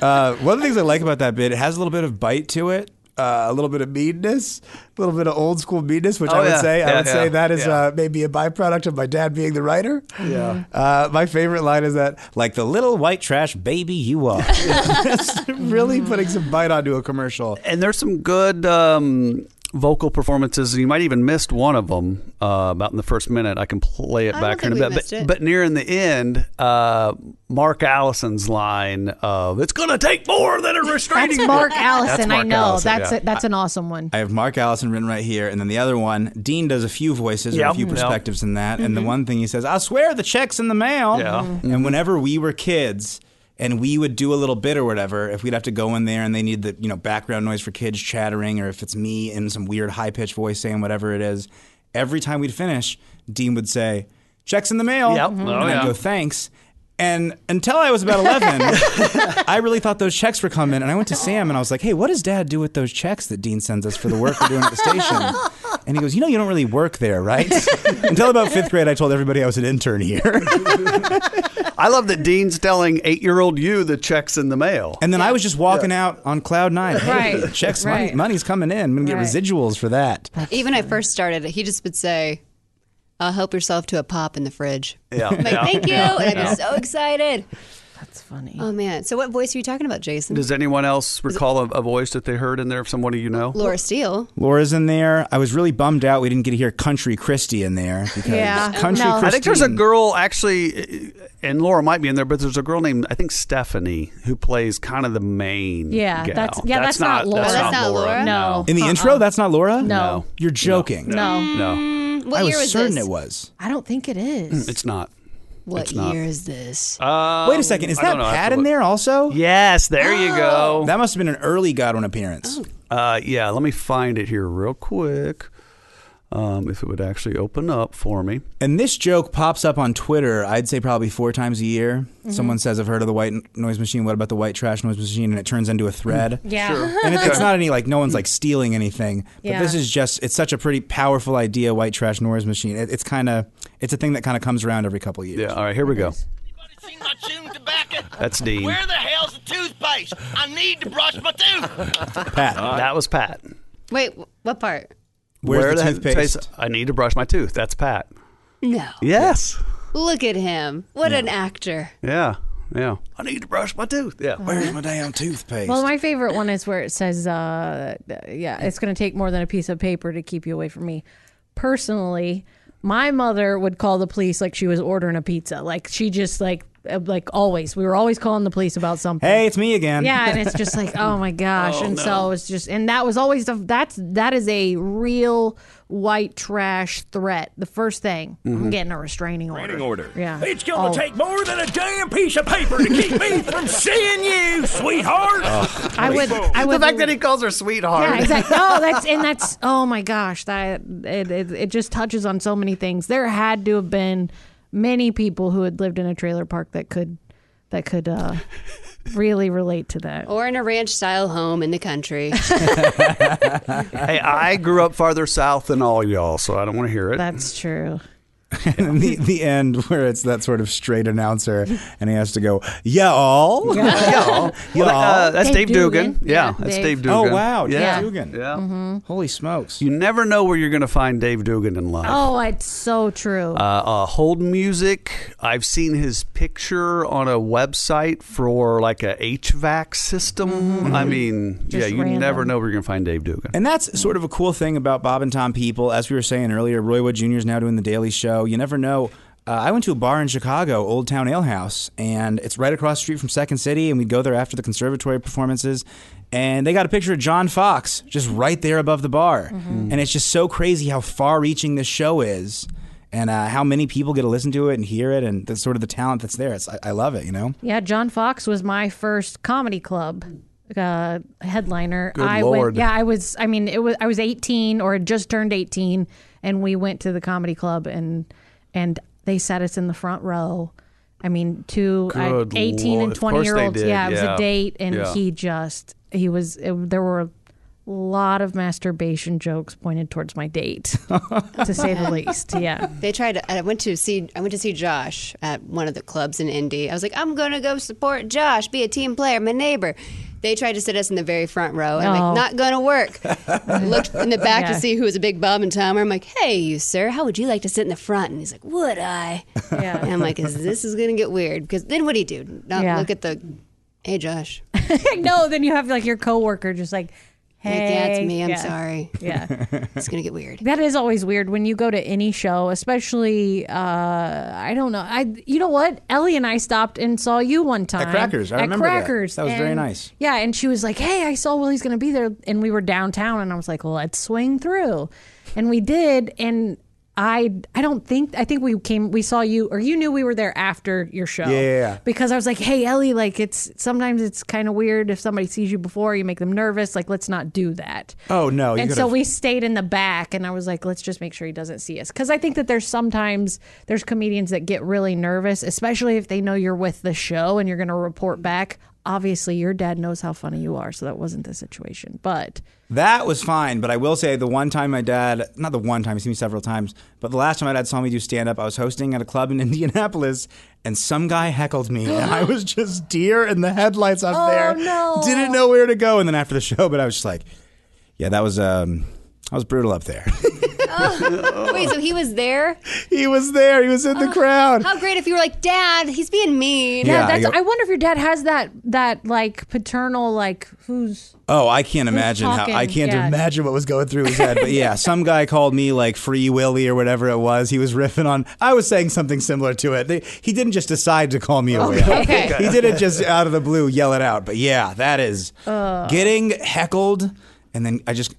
Speaker 8: Uh, one of the things I like about that bit, it has a little bit of bite to it, uh, a little bit of meanness, a little bit of old school meanness, which
Speaker 20: Oh,
Speaker 8: I would
Speaker 20: yeah.
Speaker 8: say I
Speaker 20: Yeah,
Speaker 8: would
Speaker 20: yeah,
Speaker 8: say that is
Speaker 20: yeah.
Speaker 8: uh, maybe a byproduct of my dad being the writer.
Speaker 20: Yeah.
Speaker 8: Uh, my favorite line is that, like the little white trash baby you are, It's really putting some bite onto a commercial.
Speaker 2: And there's some good um, vocal performances. You might even missed one of them uh, about in the first minute. I can play it
Speaker 19: I
Speaker 2: back
Speaker 19: don't
Speaker 2: here in
Speaker 19: think we
Speaker 2: a bit.
Speaker 19: missed
Speaker 2: But,
Speaker 19: it.
Speaker 2: but near in the end, uh, Mark Allison's line of "It's going to take more than a restraining."
Speaker 10: That's Mark
Speaker 2: order."
Speaker 10: Allison. I know
Speaker 8: Allison,
Speaker 10: that's
Speaker 8: yeah.
Speaker 10: a, that's an awesome one.
Speaker 8: I have Mark Allison written right here, and then the other one, Dean does a few voices or
Speaker 10: Yeah.
Speaker 8: a few
Speaker 10: Mhm.
Speaker 8: perspectives in that. And the
Speaker 10: Mhm.
Speaker 8: one thing he says, I swear the check's in the mail.
Speaker 2: Yeah. Mhm.
Speaker 8: And whenever we were kids and we would do a little bit or whatever, if we'd have to go in there and they need the, you know, background noise for kids chattering, or if it's me in some weird high pitched voice saying whatever it is, every time we'd finish, Dean would say, Check's in the mail.
Speaker 2: Yep.
Speaker 8: Mm-hmm. And
Speaker 2: Oh,
Speaker 8: I'd
Speaker 2: yeah.
Speaker 8: go, thanks. And until I was about 11, I really thought those checks were coming. And I went to Sam and I was like, hey, what does dad do with those checks that Dean sends us for the work we're doing at the station? And he goes, you know, you don't really work there, right? until about fifth grade, I told everybody I was an intern here.
Speaker 2: I love that Dean's telling eight year old you the check's in the mail.
Speaker 8: And then I was just walking out on cloud nine. Hey,
Speaker 9: Right,
Speaker 8: checks,
Speaker 9: right.
Speaker 8: money, money's coming in. I'm going to get
Speaker 9: Right.
Speaker 8: residuals for that.
Speaker 9: Even when I first started, he just would say, uh, help yourself to a pop in the fridge.
Speaker 8: Yeah,
Speaker 9: I'm like,
Speaker 8: yeah,
Speaker 9: thank you.
Speaker 8: yeah,
Speaker 9: and I'd
Speaker 2: yeah.
Speaker 9: be so excited. That's funny. Oh, man. So, what voice are you talking about, Jason?
Speaker 2: Does anyone else recall a, a voice that they heard in there of somebody you know?
Speaker 9: Laura Steele.
Speaker 8: Laura's in there. I was really bummed out we didn't get to hear Country Christie in there because
Speaker 9: Yeah,
Speaker 8: Country
Speaker 9: no.
Speaker 8: Christie.
Speaker 2: I think there's a girl actually, and Laura might be in there, but there's a girl named I think Stephanie who plays kind of the main.
Speaker 10: Yeah,
Speaker 2: gal.
Speaker 10: that's- yeah, that's not Laura.
Speaker 2: That's,
Speaker 10: Oh,
Speaker 2: not,
Speaker 10: that's not
Speaker 2: Laura.
Speaker 10: Laura? No.
Speaker 8: in the
Speaker 10: Uh-uh.
Speaker 8: intro, that's not Laura.
Speaker 10: No.
Speaker 8: you're joking.
Speaker 10: No.
Speaker 2: No.
Speaker 10: what
Speaker 8: I was
Speaker 10: year was
Speaker 8: certain
Speaker 10: this?
Speaker 8: it was.
Speaker 10: I don't think it is.
Speaker 2: It's not.
Speaker 10: What
Speaker 2: It's not.
Speaker 10: year is
Speaker 9: this?
Speaker 2: Um,
Speaker 8: Wait a second, is
Speaker 2: I don't
Speaker 8: that
Speaker 2: know. I have
Speaker 8: Pat
Speaker 2: to
Speaker 8: in
Speaker 2: look.
Speaker 8: there also?
Speaker 2: Yes, there you go.
Speaker 8: That must have been an early Godwin appearance.
Speaker 2: Uh, yeah, let me find it here real quick. Um, if it would actually open up for me.
Speaker 8: And this joke pops up on Twitter, I'd say probably four times a year.
Speaker 2: Mhm.
Speaker 8: Someone says, I've heard of the white noise machine. What about the white trash noise machine? And it turns into a thread.
Speaker 2: Mm.
Speaker 10: Yeah. Sure.
Speaker 8: and it, it's not any like, no one's like stealing anything. But this
Speaker 10: Yeah.
Speaker 8: is just, it's such a pretty powerful idea, white trash noise machine. It, it's kind of, it's a thing that kind of comes around every couple of years. Yeah.
Speaker 2: All right, here we go. That's Dean.
Speaker 21: Where the hell's the toothpaste? I need to brush my tooth.
Speaker 8: Pat.
Speaker 2: that was Pat.
Speaker 9: Wait, wh- what part?
Speaker 8: Where's the
Speaker 2: heck-
Speaker 8: toothpaste?
Speaker 2: taste- I need to brush my tooth. That's Pat.
Speaker 9: No.
Speaker 2: Yes.
Speaker 9: Look at him. What an actor.
Speaker 2: Yeah. Yeah. I need to brush my tooth. Yeah.
Speaker 8: Where's my damn toothpaste?
Speaker 10: Well, my favorite one is where it says, uh, yeah, it's going to take more than a piece of paper to keep you away from me. Personally, my mother would call the police like she was ordering a pizza. Like she just like uh, like always, we were always calling the police about something.
Speaker 8: Hey, it's me again.
Speaker 10: Yeah, and it's just like, oh my gosh.
Speaker 8: Oh,
Speaker 10: and
Speaker 8: no.
Speaker 10: so it's just and that was always the that's that is a real white trash threat. The first thing,
Speaker 17: Mhm.
Speaker 10: I'm getting a restraining order.
Speaker 17: Restraining order.
Speaker 10: Yeah.
Speaker 17: It's gonna
Speaker 10: Oh.
Speaker 17: take more than a damn piece of paper to keep me from seeing you, sweetheart.
Speaker 10: I would I would
Speaker 2: The fact that he calls her sweetheart.
Speaker 10: Yeah, exactly. Oh, that's and that's oh my gosh, that it, it, it just touches on so many things. There had to have been many people who had lived in a trailer park that could that could uh, really relate to that.
Speaker 9: Or in a ranch style home in the country.
Speaker 2: hey, I grew up farther south than all y'all, so I don't want to hear it.
Speaker 10: That's true.
Speaker 8: and the, the end where it's that sort of straight announcer and he has to go, y'all. y'all.
Speaker 2: Well, uh, that's Dave,
Speaker 8: Dave
Speaker 2: Dugan.
Speaker 8: Dugan.
Speaker 2: Yeah,
Speaker 8: Yeah,
Speaker 2: that's
Speaker 8: Dave.
Speaker 2: Dave Dugan.
Speaker 8: Oh, wow, Dave
Speaker 2: yeah.
Speaker 8: Dugan.
Speaker 2: Yeah.
Speaker 8: Holy smokes.
Speaker 2: You never know where you're going to find Dave Dugan in life.
Speaker 10: Oh, it's so true.
Speaker 2: Uh, uh, hold music. I've seen his picture on a website for like a HVAC system. I mean, yeah, you never know where you're going to find Dave Dugan.
Speaker 8: And that's sort of a cool thing about Bob and Tom People. As we were saying earlier, Roy Wood Jr. is now doing The Daily Show. You never know. Uh, I went to a bar in Chicago, Old Town Ale House, and it's right across the street from Second City. And we'd go there after the conservatory performances. And they got a picture of John Fox just right there above the bar.
Speaker 10: Mm-hmm.
Speaker 6: Mhm.
Speaker 8: And it's just so crazy how far reaching this show is and uh, how many people get to listen to it and hear it and the sort of the talent that's there. It's, I, I love it, you know?
Speaker 10: Yeah, John Fox was my first comedy club uh, headliner.
Speaker 8: Good
Speaker 10: I
Speaker 8: Lord.
Speaker 10: went. Yeah, I was. I mean, it was. I was 18 or had just turned 18, and we went to the comedy club, and and they sat us in the front row. I mean, two uh,
Speaker 2: Good
Speaker 10: 18
Speaker 2: Lord.
Speaker 10: and
Speaker 2: Of course
Speaker 10: 20 year
Speaker 2: they
Speaker 10: olds.
Speaker 2: did,
Speaker 10: Yeah, it was
Speaker 2: yeah.
Speaker 10: a date, and
Speaker 2: Yeah.
Speaker 10: he just he was. It, there were. A lot of masturbation jokes pointed towards my date, to say the least. Yeah.
Speaker 9: They tried. I went to see. I went to see Josh at one of the clubs in Indy. I was like, I'm gonna go support Josh, be a team player, my neighbor. They tried to sit us in the very front row. I'm
Speaker 10: Oh.
Speaker 9: like, not gonna work. Looked in the back to
Speaker 10: Yeah.
Speaker 9: see who was a big Bob and Tom. I'm like, hey, you sir, how would you like to sit in the front? And he's like, would I?
Speaker 10: Yeah.
Speaker 9: And I'm like, is this is gonna get weird? Because then what do you do? Not
Speaker 10: Yeah.
Speaker 9: look at the. Hey, Josh.
Speaker 10: no, then you have like your coworker just like, hey,
Speaker 9: Like, yeah, it's me. I'm
Speaker 10: Yeah.
Speaker 9: sorry.
Speaker 10: Yeah.
Speaker 9: it's gonna get weird.
Speaker 10: That is always weird when you go to any show, especially uh, I don't know. I you know what? Ellie and I stopped and saw you one time
Speaker 8: Crackers. I
Speaker 10: at
Speaker 8: remember that.
Speaker 10: Crackers.
Speaker 8: That was very
Speaker 10: And-
Speaker 8: nice.
Speaker 10: Yeah, and she was like, "Hey, I saw Willie's going to be there," and we were downtown, and I was like, "Let's swing through," and we did, and I I don't think I think we came we saw you or you knew we were there after your show.
Speaker 8: Yeah, yeah, yeah.
Speaker 10: Because I was like, "Hey Ellie, like it's sometimes it's kind of weird if somebody sees you before, you make them nervous, like let's not do that."
Speaker 8: Oh no! You
Speaker 10: and
Speaker 8: gotta-
Speaker 10: so we stayed in the back, and I was like, let's just make sure he doesn't see us. Because I think that there's sometimes there's comedians that get really nervous, especially if they know you're with the show and you're going to report back. Obviously, your dad knows how funny you are, so that wasn't the situation. But
Speaker 8: That was fine, but I will say the one time my dad, not the one time, he's seen me several times, but the last time my dad saw me do stand up, I was hosting at a club in Indianapolis and some guy heckled me and I was just deer in the headlights up
Speaker 10: Oh,
Speaker 8: there.
Speaker 10: no.
Speaker 8: Didn't know where to go. And then after the show, but I was just like, yeah, that was, um, I was brutal up there.
Speaker 9: Wait, so he was there?
Speaker 8: He was there. He was in
Speaker 10: Uh,
Speaker 8: the crowd.
Speaker 9: How great if you were like, Dad, he's being mean.
Speaker 8: Yeah, Yeah, I
Speaker 10: that's, I,
Speaker 8: that's- go- I
Speaker 10: wonder if your dad has that that like paternal like who's
Speaker 8: Oh, I can't imagine how
Speaker 10: talking?
Speaker 8: I can't
Speaker 10: Yeah.
Speaker 8: imagine what was going through his head. But yeah, some guy called me like Free Willy or whatever it was. He was riffing on. I was saying something similar to it. They, he didn't just decide to call me a
Speaker 10: Okay.
Speaker 8: whale.
Speaker 10: Okay.
Speaker 8: He did it just out of the blue, yell it out. But yeah, that is
Speaker 10: Ugh.
Speaker 8: getting heckled, and then I just.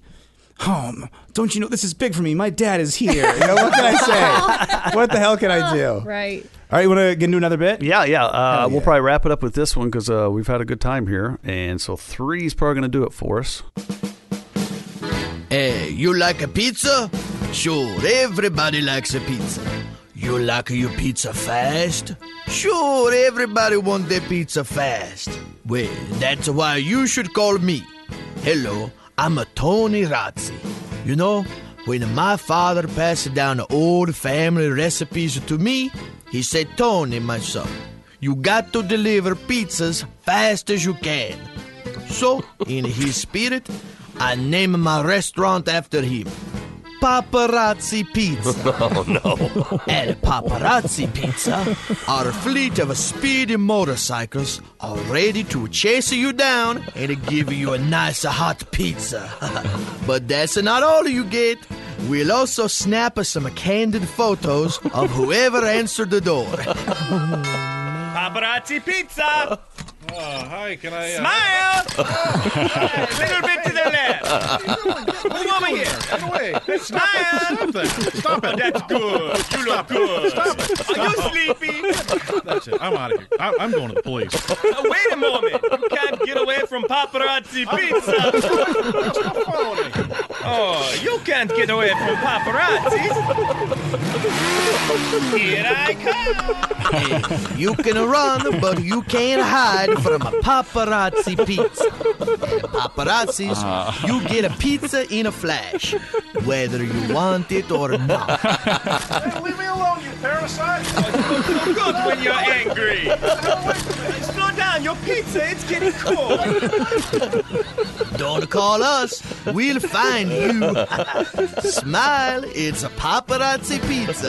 Speaker 8: Home, don't you know this is big for me? My dad is here. You know, what can I say? what the hell can I do?
Speaker 10: right.
Speaker 8: All right, you want to get into another bit?
Speaker 2: Yeah, yeah. Uh, We'll probably wrap it up with this one because uh, we've had a good time here, and so three's probably going to do it for us.
Speaker 6: Hey, Eh, you like a pizza? Sure, everybody likes a pizza. You like your pizza fast? Sure, everybody wants their pizza fast. Well, that's why you should call me. Hello, I'm a Tony Razzi. You know, when my father passed down old family recipes to me, he said, Tony, my son, you got to deliver pizzas fast as you can. So, in his spirit, I name my restaurant after him. Paparazzi Pizza. Oh no. At Paparazzi Pizza, our fleet of speedy motorcycles are ready to chase you down and give you a nice hot pizza. but that's not all you get. We'll also snap some candid photos of whoever answered the door.
Speaker 7: Paparazzi pizza.
Speaker 5: Oh, hi, can I? Uh...
Speaker 7: Smile. A little bit to the left.
Speaker 5: Move
Speaker 7: over here.
Speaker 5: Get away. Smile. Stop that. Stop it. That's good. You look good. Stop it. Are you sleepy? That's it. I'm out of here. I- I'm going to the police.
Speaker 18: Uh, wait a moment. You can't get away from paparazzi pizza.
Speaker 7: Oh, you can't get away from paparazzi. Here I come.
Speaker 6: You can run, but you can't hide from a paparazzi pizza. Paparazzis,
Speaker 7: Ah.
Speaker 6: you get a pizza in a flash, whether you want it or not.
Speaker 5: Leave me alone, you parasite.
Speaker 7: Good when you're angry. Slow down. Your pizza. It's getting cold.
Speaker 6: Don't call us, we'll find you. Smile, it's a paparazzi pizza.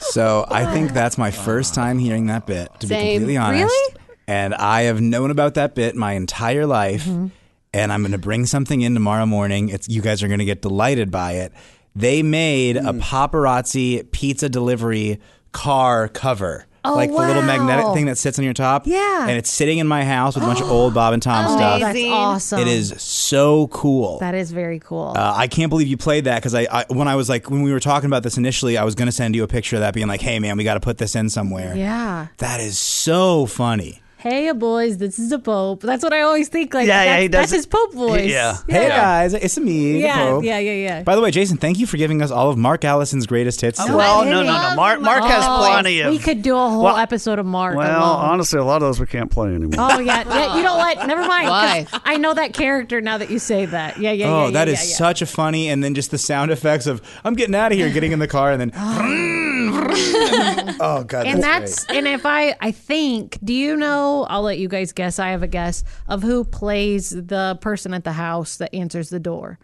Speaker 8: So I think that's my first time hearing that bit, to be
Speaker 6: Same.
Speaker 8: completely honest.
Speaker 6: Really?
Speaker 8: And I have known about that bit my entire life.
Speaker 10: Mm-hmm.
Speaker 8: And I'm going to bring something in tomorrow morning. It's you guys are going to get delighted by it. They made
Speaker 10: Mm.
Speaker 8: a paparazzi pizza delivery car cover.
Speaker 10: Oh,
Speaker 8: like the little magnetic
Speaker 10: wow.
Speaker 8: thing that sits on your top.
Speaker 10: Yeah.
Speaker 8: And it's sitting in my house with a bunch of old Bob and Tom stuff.
Speaker 10: oh, that's awesome.
Speaker 8: It is so cool.
Speaker 10: That is very cool.
Speaker 8: Uh, I can't believe you played that because I, I when I was like when we were talking about this initially, I was going to send you a picture of that being like, "Hey man, we got to put this in somewhere."
Speaker 10: yeah.
Speaker 8: That is so funny.
Speaker 10: Hey, boys, this is the Pope. That's what I always think. Like,
Speaker 8: Yeah, yeah,
Speaker 10: that's,
Speaker 8: he does
Speaker 10: that's
Speaker 8: it-
Speaker 10: his Pope voice.
Speaker 8: Hey guys, it's me. the
Speaker 10: Yeah,
Speaker 8: Pope.
Speaker 10: yeah, yeah, yeah.
Speaker 8: By the way, Jason, thank you for giving us all of Mark Allison's greatest hits.
Speaker 2: Oh, well, no, no, no. Mark, Mark has
Speaker 10: Oh,
Speaker 2: plenty of.
Speaker 10: We could do a whole
Speaker 2: Well-
Speaker 10: episode of Mark.
Speaker 2: well,
Speaker 10: alone.
Speaker 2: honestly, a lot of those we can't play anymore.
Speaker 10: Oh yeah. yeah. You know what? Never mind. 'cause
Speaker 9: Why?
Speaker 10: I know that character now that you say that. Yeah, yeah,
Speaker 8: oh,
Speaker 10: yeah.
Speaker 8: that
Speaker 10: yeah,
Speaker 8: is such a funny, and then just the sound effects of "I'm getting out of here," getting in the car, and then oh god,
Speaker 10: and
Speaker 8: that's,
Speaker 10: that's
Speaker 8: great.
Speaker 10: and if I I think do you know I'll let you guys guess I have a guess of who plays the person at the house that answers the door.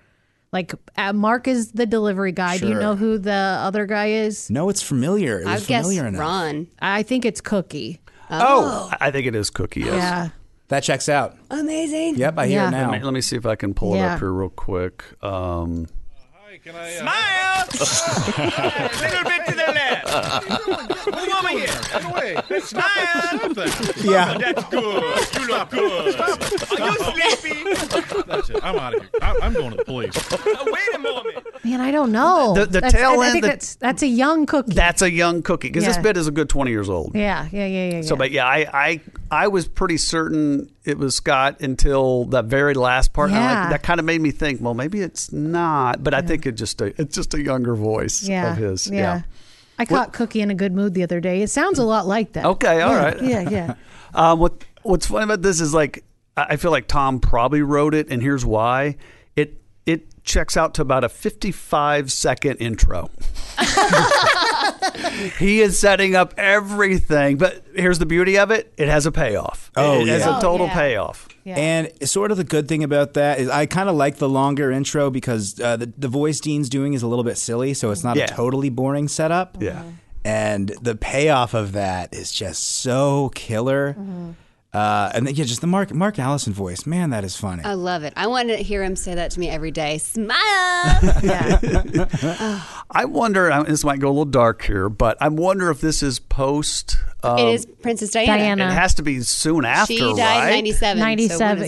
Speaker 10: Like uh, Mark is the delivery guy. Do you
Speaker 8: Sure.
Speaker 10: know who the other guy is?
Speaker 8: no, it's familiar. It was familiar enough.
Speaker 10: Ron. I think it's Cookie.
Speaker 2: Oh, I think it is Cookie. Yes.
Speaker 10: Yeah.
Speaker 8: That checks out.
Speaker 10: Amazing.
Speaker 8: Yep, I hear it
Speaker 2: Let
Speaker 8: now.
Speaker 2: me, let me see if I can pull it
Speaker 10: Yeah.
Speaker 2: up here real quick. Um,
Speaker 5: Can I? Uh,
Speaker 18: Smile!
Speaker 5: a
Speaker 18: little bit to the
Speaker 5: left. Move over here. Get away. Hey, Smile.
Speaker 8: Yeah.
Speaker 5: That's good. You look good. Are you sleepy? That's it. I'm out of here. I, I'm going to the police.
Speaker 18: Uh, wait a moment.
Speaker 10: Man, I don't know.
Speaker 2: The- the
Speaker 10: That's-
Speaker 2: tail
Speaker 10: I- I
Speaker 2: end,
Speaker 10: think
Speaker 2: the-
Speaker 10: that's that's a young cookie.
Speaker 2: That's a young cookie because this
Speaker 10: Yeah.
Speaker 2: bit is a good 20 years old.
Speaker 10: yeah, yeah, yeah, yeah. yeah.
Speaker 2: So, but yeah, I, I I was pretty certain it was Scott until that very last part. And I'm
Speaker 10: Yeah.
Speaker 2: like, that kind of made me think, well, maybe it's not. But I think it just a, it's just a younger voice
Speaker 10: yeah,
Speaker 2: of his.
Speaker 10: Yeah. I caught Cookie in a good mood the other day. It sounds a lot like that.
Speaker 2: Okay, all
Speaker 10: yeah,
Speaker 2: right.
Speaker 10: Yeah, yeah.
Speaker 2: Um, what What's funny about this is like I I feel like Tom probably wrote it, and here's why. It it checks out to about a 55 second intro. he is setting up everything, but here's the beauty of it: it has a payoff.
Speaker 8: Oh,
Speaker 2: it has
Speaker 8: yeah.
Speaker 2: a total
Speaker 8: Oh, yeah.
Speaker 2: payoff.
Speaker 9: Uh-huh.
Speaker 8: And sort of the good thing about that is I kind of like the longer intro because uh, the, the voice Dean's doing is a little bit silly, so it's not
Speaker 2: Yeah.
Speaker 8: a totally boring setup.
Speaker 2: Yeah.
Speaker 8: And the payoff of that is just so killer.
Speaker 10: Mm-hmm.
Speaker 8: Uh, and then, yeah, just the Mark Mark Allison voice, man, that is funny.
Speaker 10: Uh,
Speaker 9: I love it. I want to hear him say that to me every day. Smile.
Speaker 2: I wonder. I- This might go a little dark here, but I wonder if this is post. um,
Speaker 9: it is Princess Diana.
Speaker 2: It has to be soon after,
Speaker 9: She died
Speaker 2: right?
Speaker 9: in 97. so when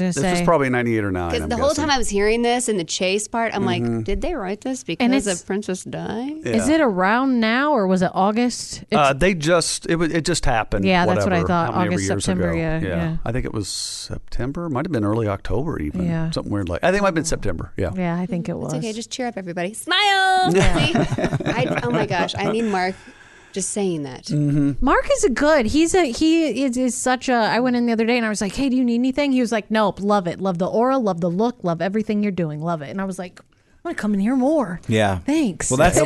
Speaker 9: is it?
Speaker 2: This was probably 98 or 9.
Speaker 9: Because
Speaker 2: I'm
Speaker 9: the whole
Speaker 2: guessing.
Speaker 9: time I was hearing this and the chase part, I'm
Speaker 2: Mhm.
Speaker 9: like, did they write this
Speaker 10: And
Speaker 9: because
Speaker 10: it's-
Speaker 9: of Princess Di?
Speaker 2: Yeah.
Speaker 10: Is it around now or was it August? It's,
Speaker 2: uh, they just it, wa- it just happened.
Speaker 10: Yeah, that's what I
Speaker 2: whatever,
Speaker 10: thought.
Speaker 2: how many
Speaker 10: August,
Speaker 2: years
Speaker 10: September,
Speaker 2: ago.
Speaker 10: yeah, yeah.
Speaker 2: I think it was September. Might have been early October, even.
Speaker 10: Yeah. Oh.
Speaker 2: Something weird like. I think it might have been September. Yeah.
Speaker 10: yeah, I think it was.
Speaker 9: It's okay. Just cheer up, everybody. Smile. See? I, oh my gosh, I need Mark just saying that.
Speaker 10: Mark is a good. He's a he is, is such a. I went in the other day and I was like, "Hey, do you need anything?" He was like, "Nope, love it, love the aura, love the look, love everything you're doing, love it." And I was like, "I want to come and hear more."
Speaker 8: Yeah.
Speaker 10: Thanks.
Speaker 8: Well, that's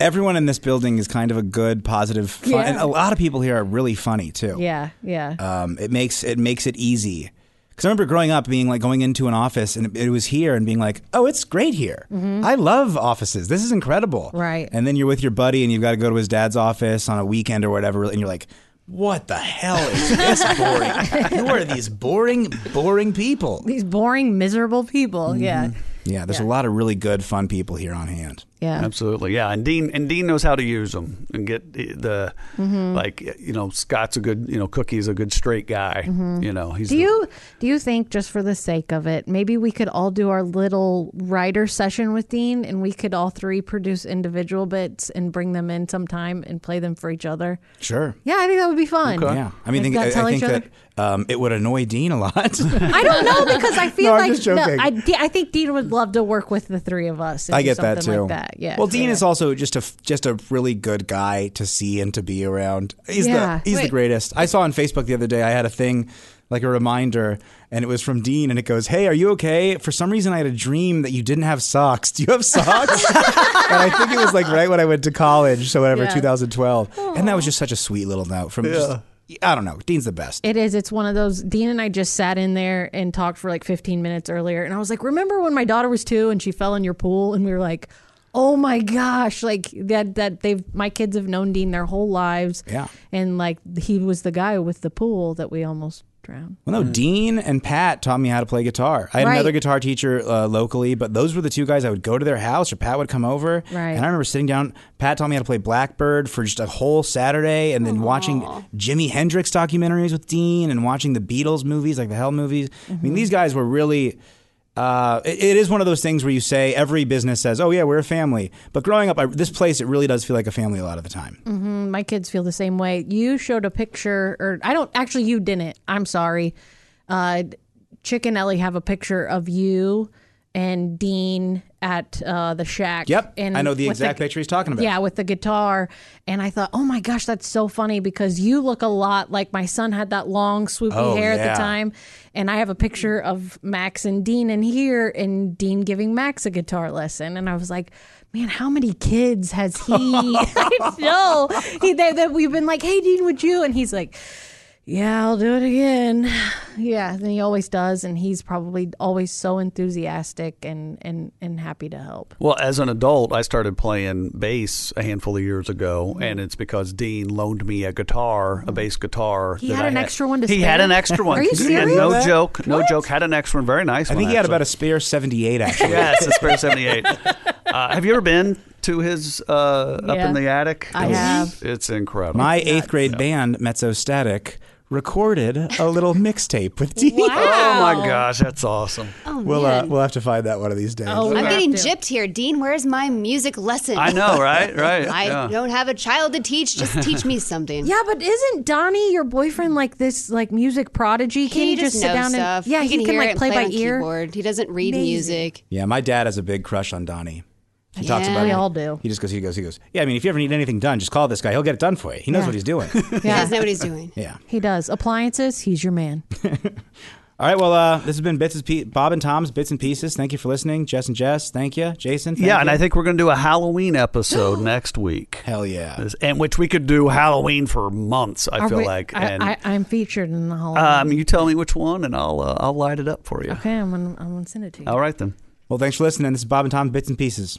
Speaker 8: Everyone in this building is kind of a good, positive, fun,
Speaker 10: Yeah.
Speaker 8: and a lot of people here are really funny too.
Speaker 10: Yeah, yeah.
Speaker 2: Uh,
Speaker 8: Um, it makes it makes it easy. Because I remember growing up, being like going into an office, and it, it was here, and being like, "Oh, it's great here.
Speaker 10: Mhm.
Speaker 8: I love offices. This is incredible."
Speaker 10: Right.
Speaker 8: And then you're with your buddy, and you've got to go to his dad's office on a weekend or whatever, and you're like, "What the hell is this boring? Who are these boring, boring people?"
Speaker 10: These boring, miserable people.
Speaker 2: mm-hmm.
Speaker 10: Yeah.
Speaker 8: Mhm. Yeah. There's a lot of really good, fun people here on hand.
Speaker 10: Yeah.
Speaker 2: Absolutely. Yeah. And Dean and Dean knows how to use them and get the- the
Speaker 10: Mhm.
Speaker 2: like you know Scott's a good you know Cookie's a good straight guy.
Speaker 10: Mhm.
Speaker 2: You know he's
Speaker 10: do
Speaker 2: the-
Speaker 10: you do you think just for the sake of it, maybe we could all do our little writer session with Dean, and we could all three produce individual bits and bring them in sometime and play them for each other?
Speaker 8: Sure.
Speaker 10: Yeah, I think that would be fun.
Speaker 8: Yeah. I mean,
Speaker 10: Like,
Speaker 8: think,
Speaker 10: not
Speaker 8: I, I
Speaker 10: tell
Speaker 8: think
Speaker 10: each other.
Speaker 8: that um, it would annoy Dean a lot.
Speaker 10: I don't know because I feel
Speaker 8: No, I'm
Speaker 10: like
Speaker 8: just joking.
Speaker 10: I, De- I think Dean would love to work with the three of us. and
Speaker 8: I
Speaker 10: do
Speaker 8: get that
Speaker 10: something
Speaker 8: too.
Speaker 10: Like that. Yeah.
Speaker 8: Well, Dean is also just a just a really good guy to see and to be around. He's
Speaker 10: Yeah.
Speaker 8: the he's
Speaker 10: Wait.
Speaker 8: the greatest. I saw on Facebook the other day. I had a thing like a reminder, and it was from Dean, and it goes, "Hey, are you okay? For some reason, I had a dream that you didn't have socks. Do you have socks?" and I think it was like right when I went to college, so whatever,
Speaker 10: Yeah.
Speaker 8: 2012, and that was just such a sweet little note from. Just, I don't know. Dean's the best.
Speaker 10: It is. It's one of those. Dean and I just sat in there and talked for like 15 minutes earlier, and I was like, "Remember when my daughter was two and she fell in your pool?" And we were like, "Oh my gosh!" Like that. That they've my kids have known Dean their whole lives.
Speaker 8: Yeah.
Speaker 10: And like he was the guy with the pool that we almost drowned.
Speaker 8: Well, no, Dean and Pat taught me how to play guitar. I had
Speaker 10: Hmm. Right.
Speaker 8: another guitar teacher uh, locally, but those were the two guys I would go to their house or Pat would come over.
Speaker 10: Right.
Speaker 8: And I remember sitting down, Pat taught me how to play Blackbird for just a whole Saturday and then watching Jimi Hendrix documentaries with Dean and watching the Beatles movies, like the Hell movies. I
Speaker 10: Mm-hmm.
Speaker 8: mean, these guys were really. Uh, it, it is one of those things where you say every business says, "Oh yeah, we're a family." But growing up, I, this place it really does feel like a family a lot of the time.
Speaker 10: hmm My kids feel the same way. You showed a picture, or I don't actually. You didn't. I'm sorry. Uh, Chick and Ellie have a picture of you and Dean at uh, the shack.
Speaker 8: Yep,
Speaker 10: and
Speaker 8: I know the
Speaker 10: with
Speaker 8: exact picture he's talking about.
Speaker 10: Yeah, with the guitar. And I thought, oh my gosh, that's so funny because you look a lot like my son had that long swoopy
Speaker 8: Oh,
Speaker 10: hair at
Speaker 8: yeah.
Speaker 10: the time. And I have a picture of Max and Dean in here and Dean giving Max a guitar lesson. And I was like, man, how many kids has he? I know. He, they, that we've been like, hey, Dean, would you? And he's like, yeah, I'll do it again. Yeah, and he always does, and he's probably always so enthusiastic and and and happy to help.
Speaker 2: Well, as an adult, I started playing bass a handful of years ago,
Speaker 10: Mm-hmm.
Speaker 2: and it's because Dean loaned me a guitar, a bass guitar.
Speaker 10: He
Speaker 2: that
Speaker 10: had
Speaker 2: I
Speaker 10: an extra one to
Speaker 2: He
Speaker 10: spare?
Speaker 2: had an extra one.
Speaker 10: Are you
Speaker 2: Yeah,
Speaker 10: serious?
Speaker 2: No
Speaker 10: What?
Speaker 2: joke. No joke. Had an extra one. Very nice.
Speaker 8: I think he had about a spare 78, actually.
Speaker 2: yes, a spare seventy eight. Uh, have you ever been to his uh, up
Speaker 8: Yeah.
Speaker 2: in the attic?
Speaker 8: I
Speaker 2: It's-
Speaker 8: have.
Speaker 2: It's incredible. Oh
Speaker 8: My eighth grade band, Mezzostatic, recorded a little mixtape with Dean.
Speaker 2: Oh my gosh, that's awesome.
Speaker 9: Oh,
Speaker 8: We'll
Speaker 9: man.
Speaker 8: uh,
Speaker 9: Oh.
Speaker 8: we'll have to find that one of these days.
Speaker 9: I'm getting gypped here. Dean, where's my music lesson?
Speaker 8: I know, right? Right,
Speaker 9: I
Speaker 8: yeah.
Speaker 9: don't have a child to teach. Just teach me something.
Speaker 10: Yeah, but isn't Donnie your boyfriend like this like music prodigy? Can
Speaker 9: He
Speaker 10: you just
Speaker 9: just
Speaker 10: sit
Speaker 9: knows
Speaker 10: down
Speaker 9: stuff.
Speaker 10: and yeah,
Speaker 9: He
Speaker 10: he
Speaker 9: can
Speaker 10: can,
Speaker 9: hear it
Speaker 10: like
Speaker 9: and
Speaker 10: play,
Speaker 9: play
Speaker 10: by
Speaker 9: on
Speaker 10: ear.
Speaker 9: keyboard. He doesn't read music.
Speaker 8: Yeah, my dad has a big crush on Donnie. He talks
Speaker 9: Yeah.
Speaker 8: about
Speaker 9: We
Speaker 8: it.
Speaker 9: all do.
Speaker 8: He just goes, he goes, he goes. Yeah, I mean, if you ever need anything done, just call this guy. He'll get it done for you. He knows
Speaker 10: Yeah.
Speaker 8: what he's doing.
Speaker 10: He does
Speaker 9: know what he's doing.
Speaker 8: Yeah.
Speaker 10: He does. Appliances, he's your man.
Speaker 8: All right. Well, uh, this has been Bits and Pe- Bob and Tom's Bits and Pieces. Thank you for listening, Jess and Jess. Thank you, Jason. Thank
Speaker 2: yeah, and
Speaker 8: you.
Speaker 2: I think we're going to do a Halloween episode next week.
Speaker 8: Hell yeah!
Speaker 2: And which we could do Halloween for months. I
Speaker 10: Are
Speaker 2: feel
Speaker 10: we-
Speaker 2: like.
Speaker 10: I,
Speaker 2: and
Speaker 10: I, I'm featured in the hall.
Speaker 2: um, you tell me which one, and I'll uh, I'll light it up for you.
Speaker 10: okay, I'm gonna, I'm gonna send it to you.
Speaker 2: All right then.
Speaker 8: Well, thanks for listening. This is Bob and Tom's Bits and Pieces.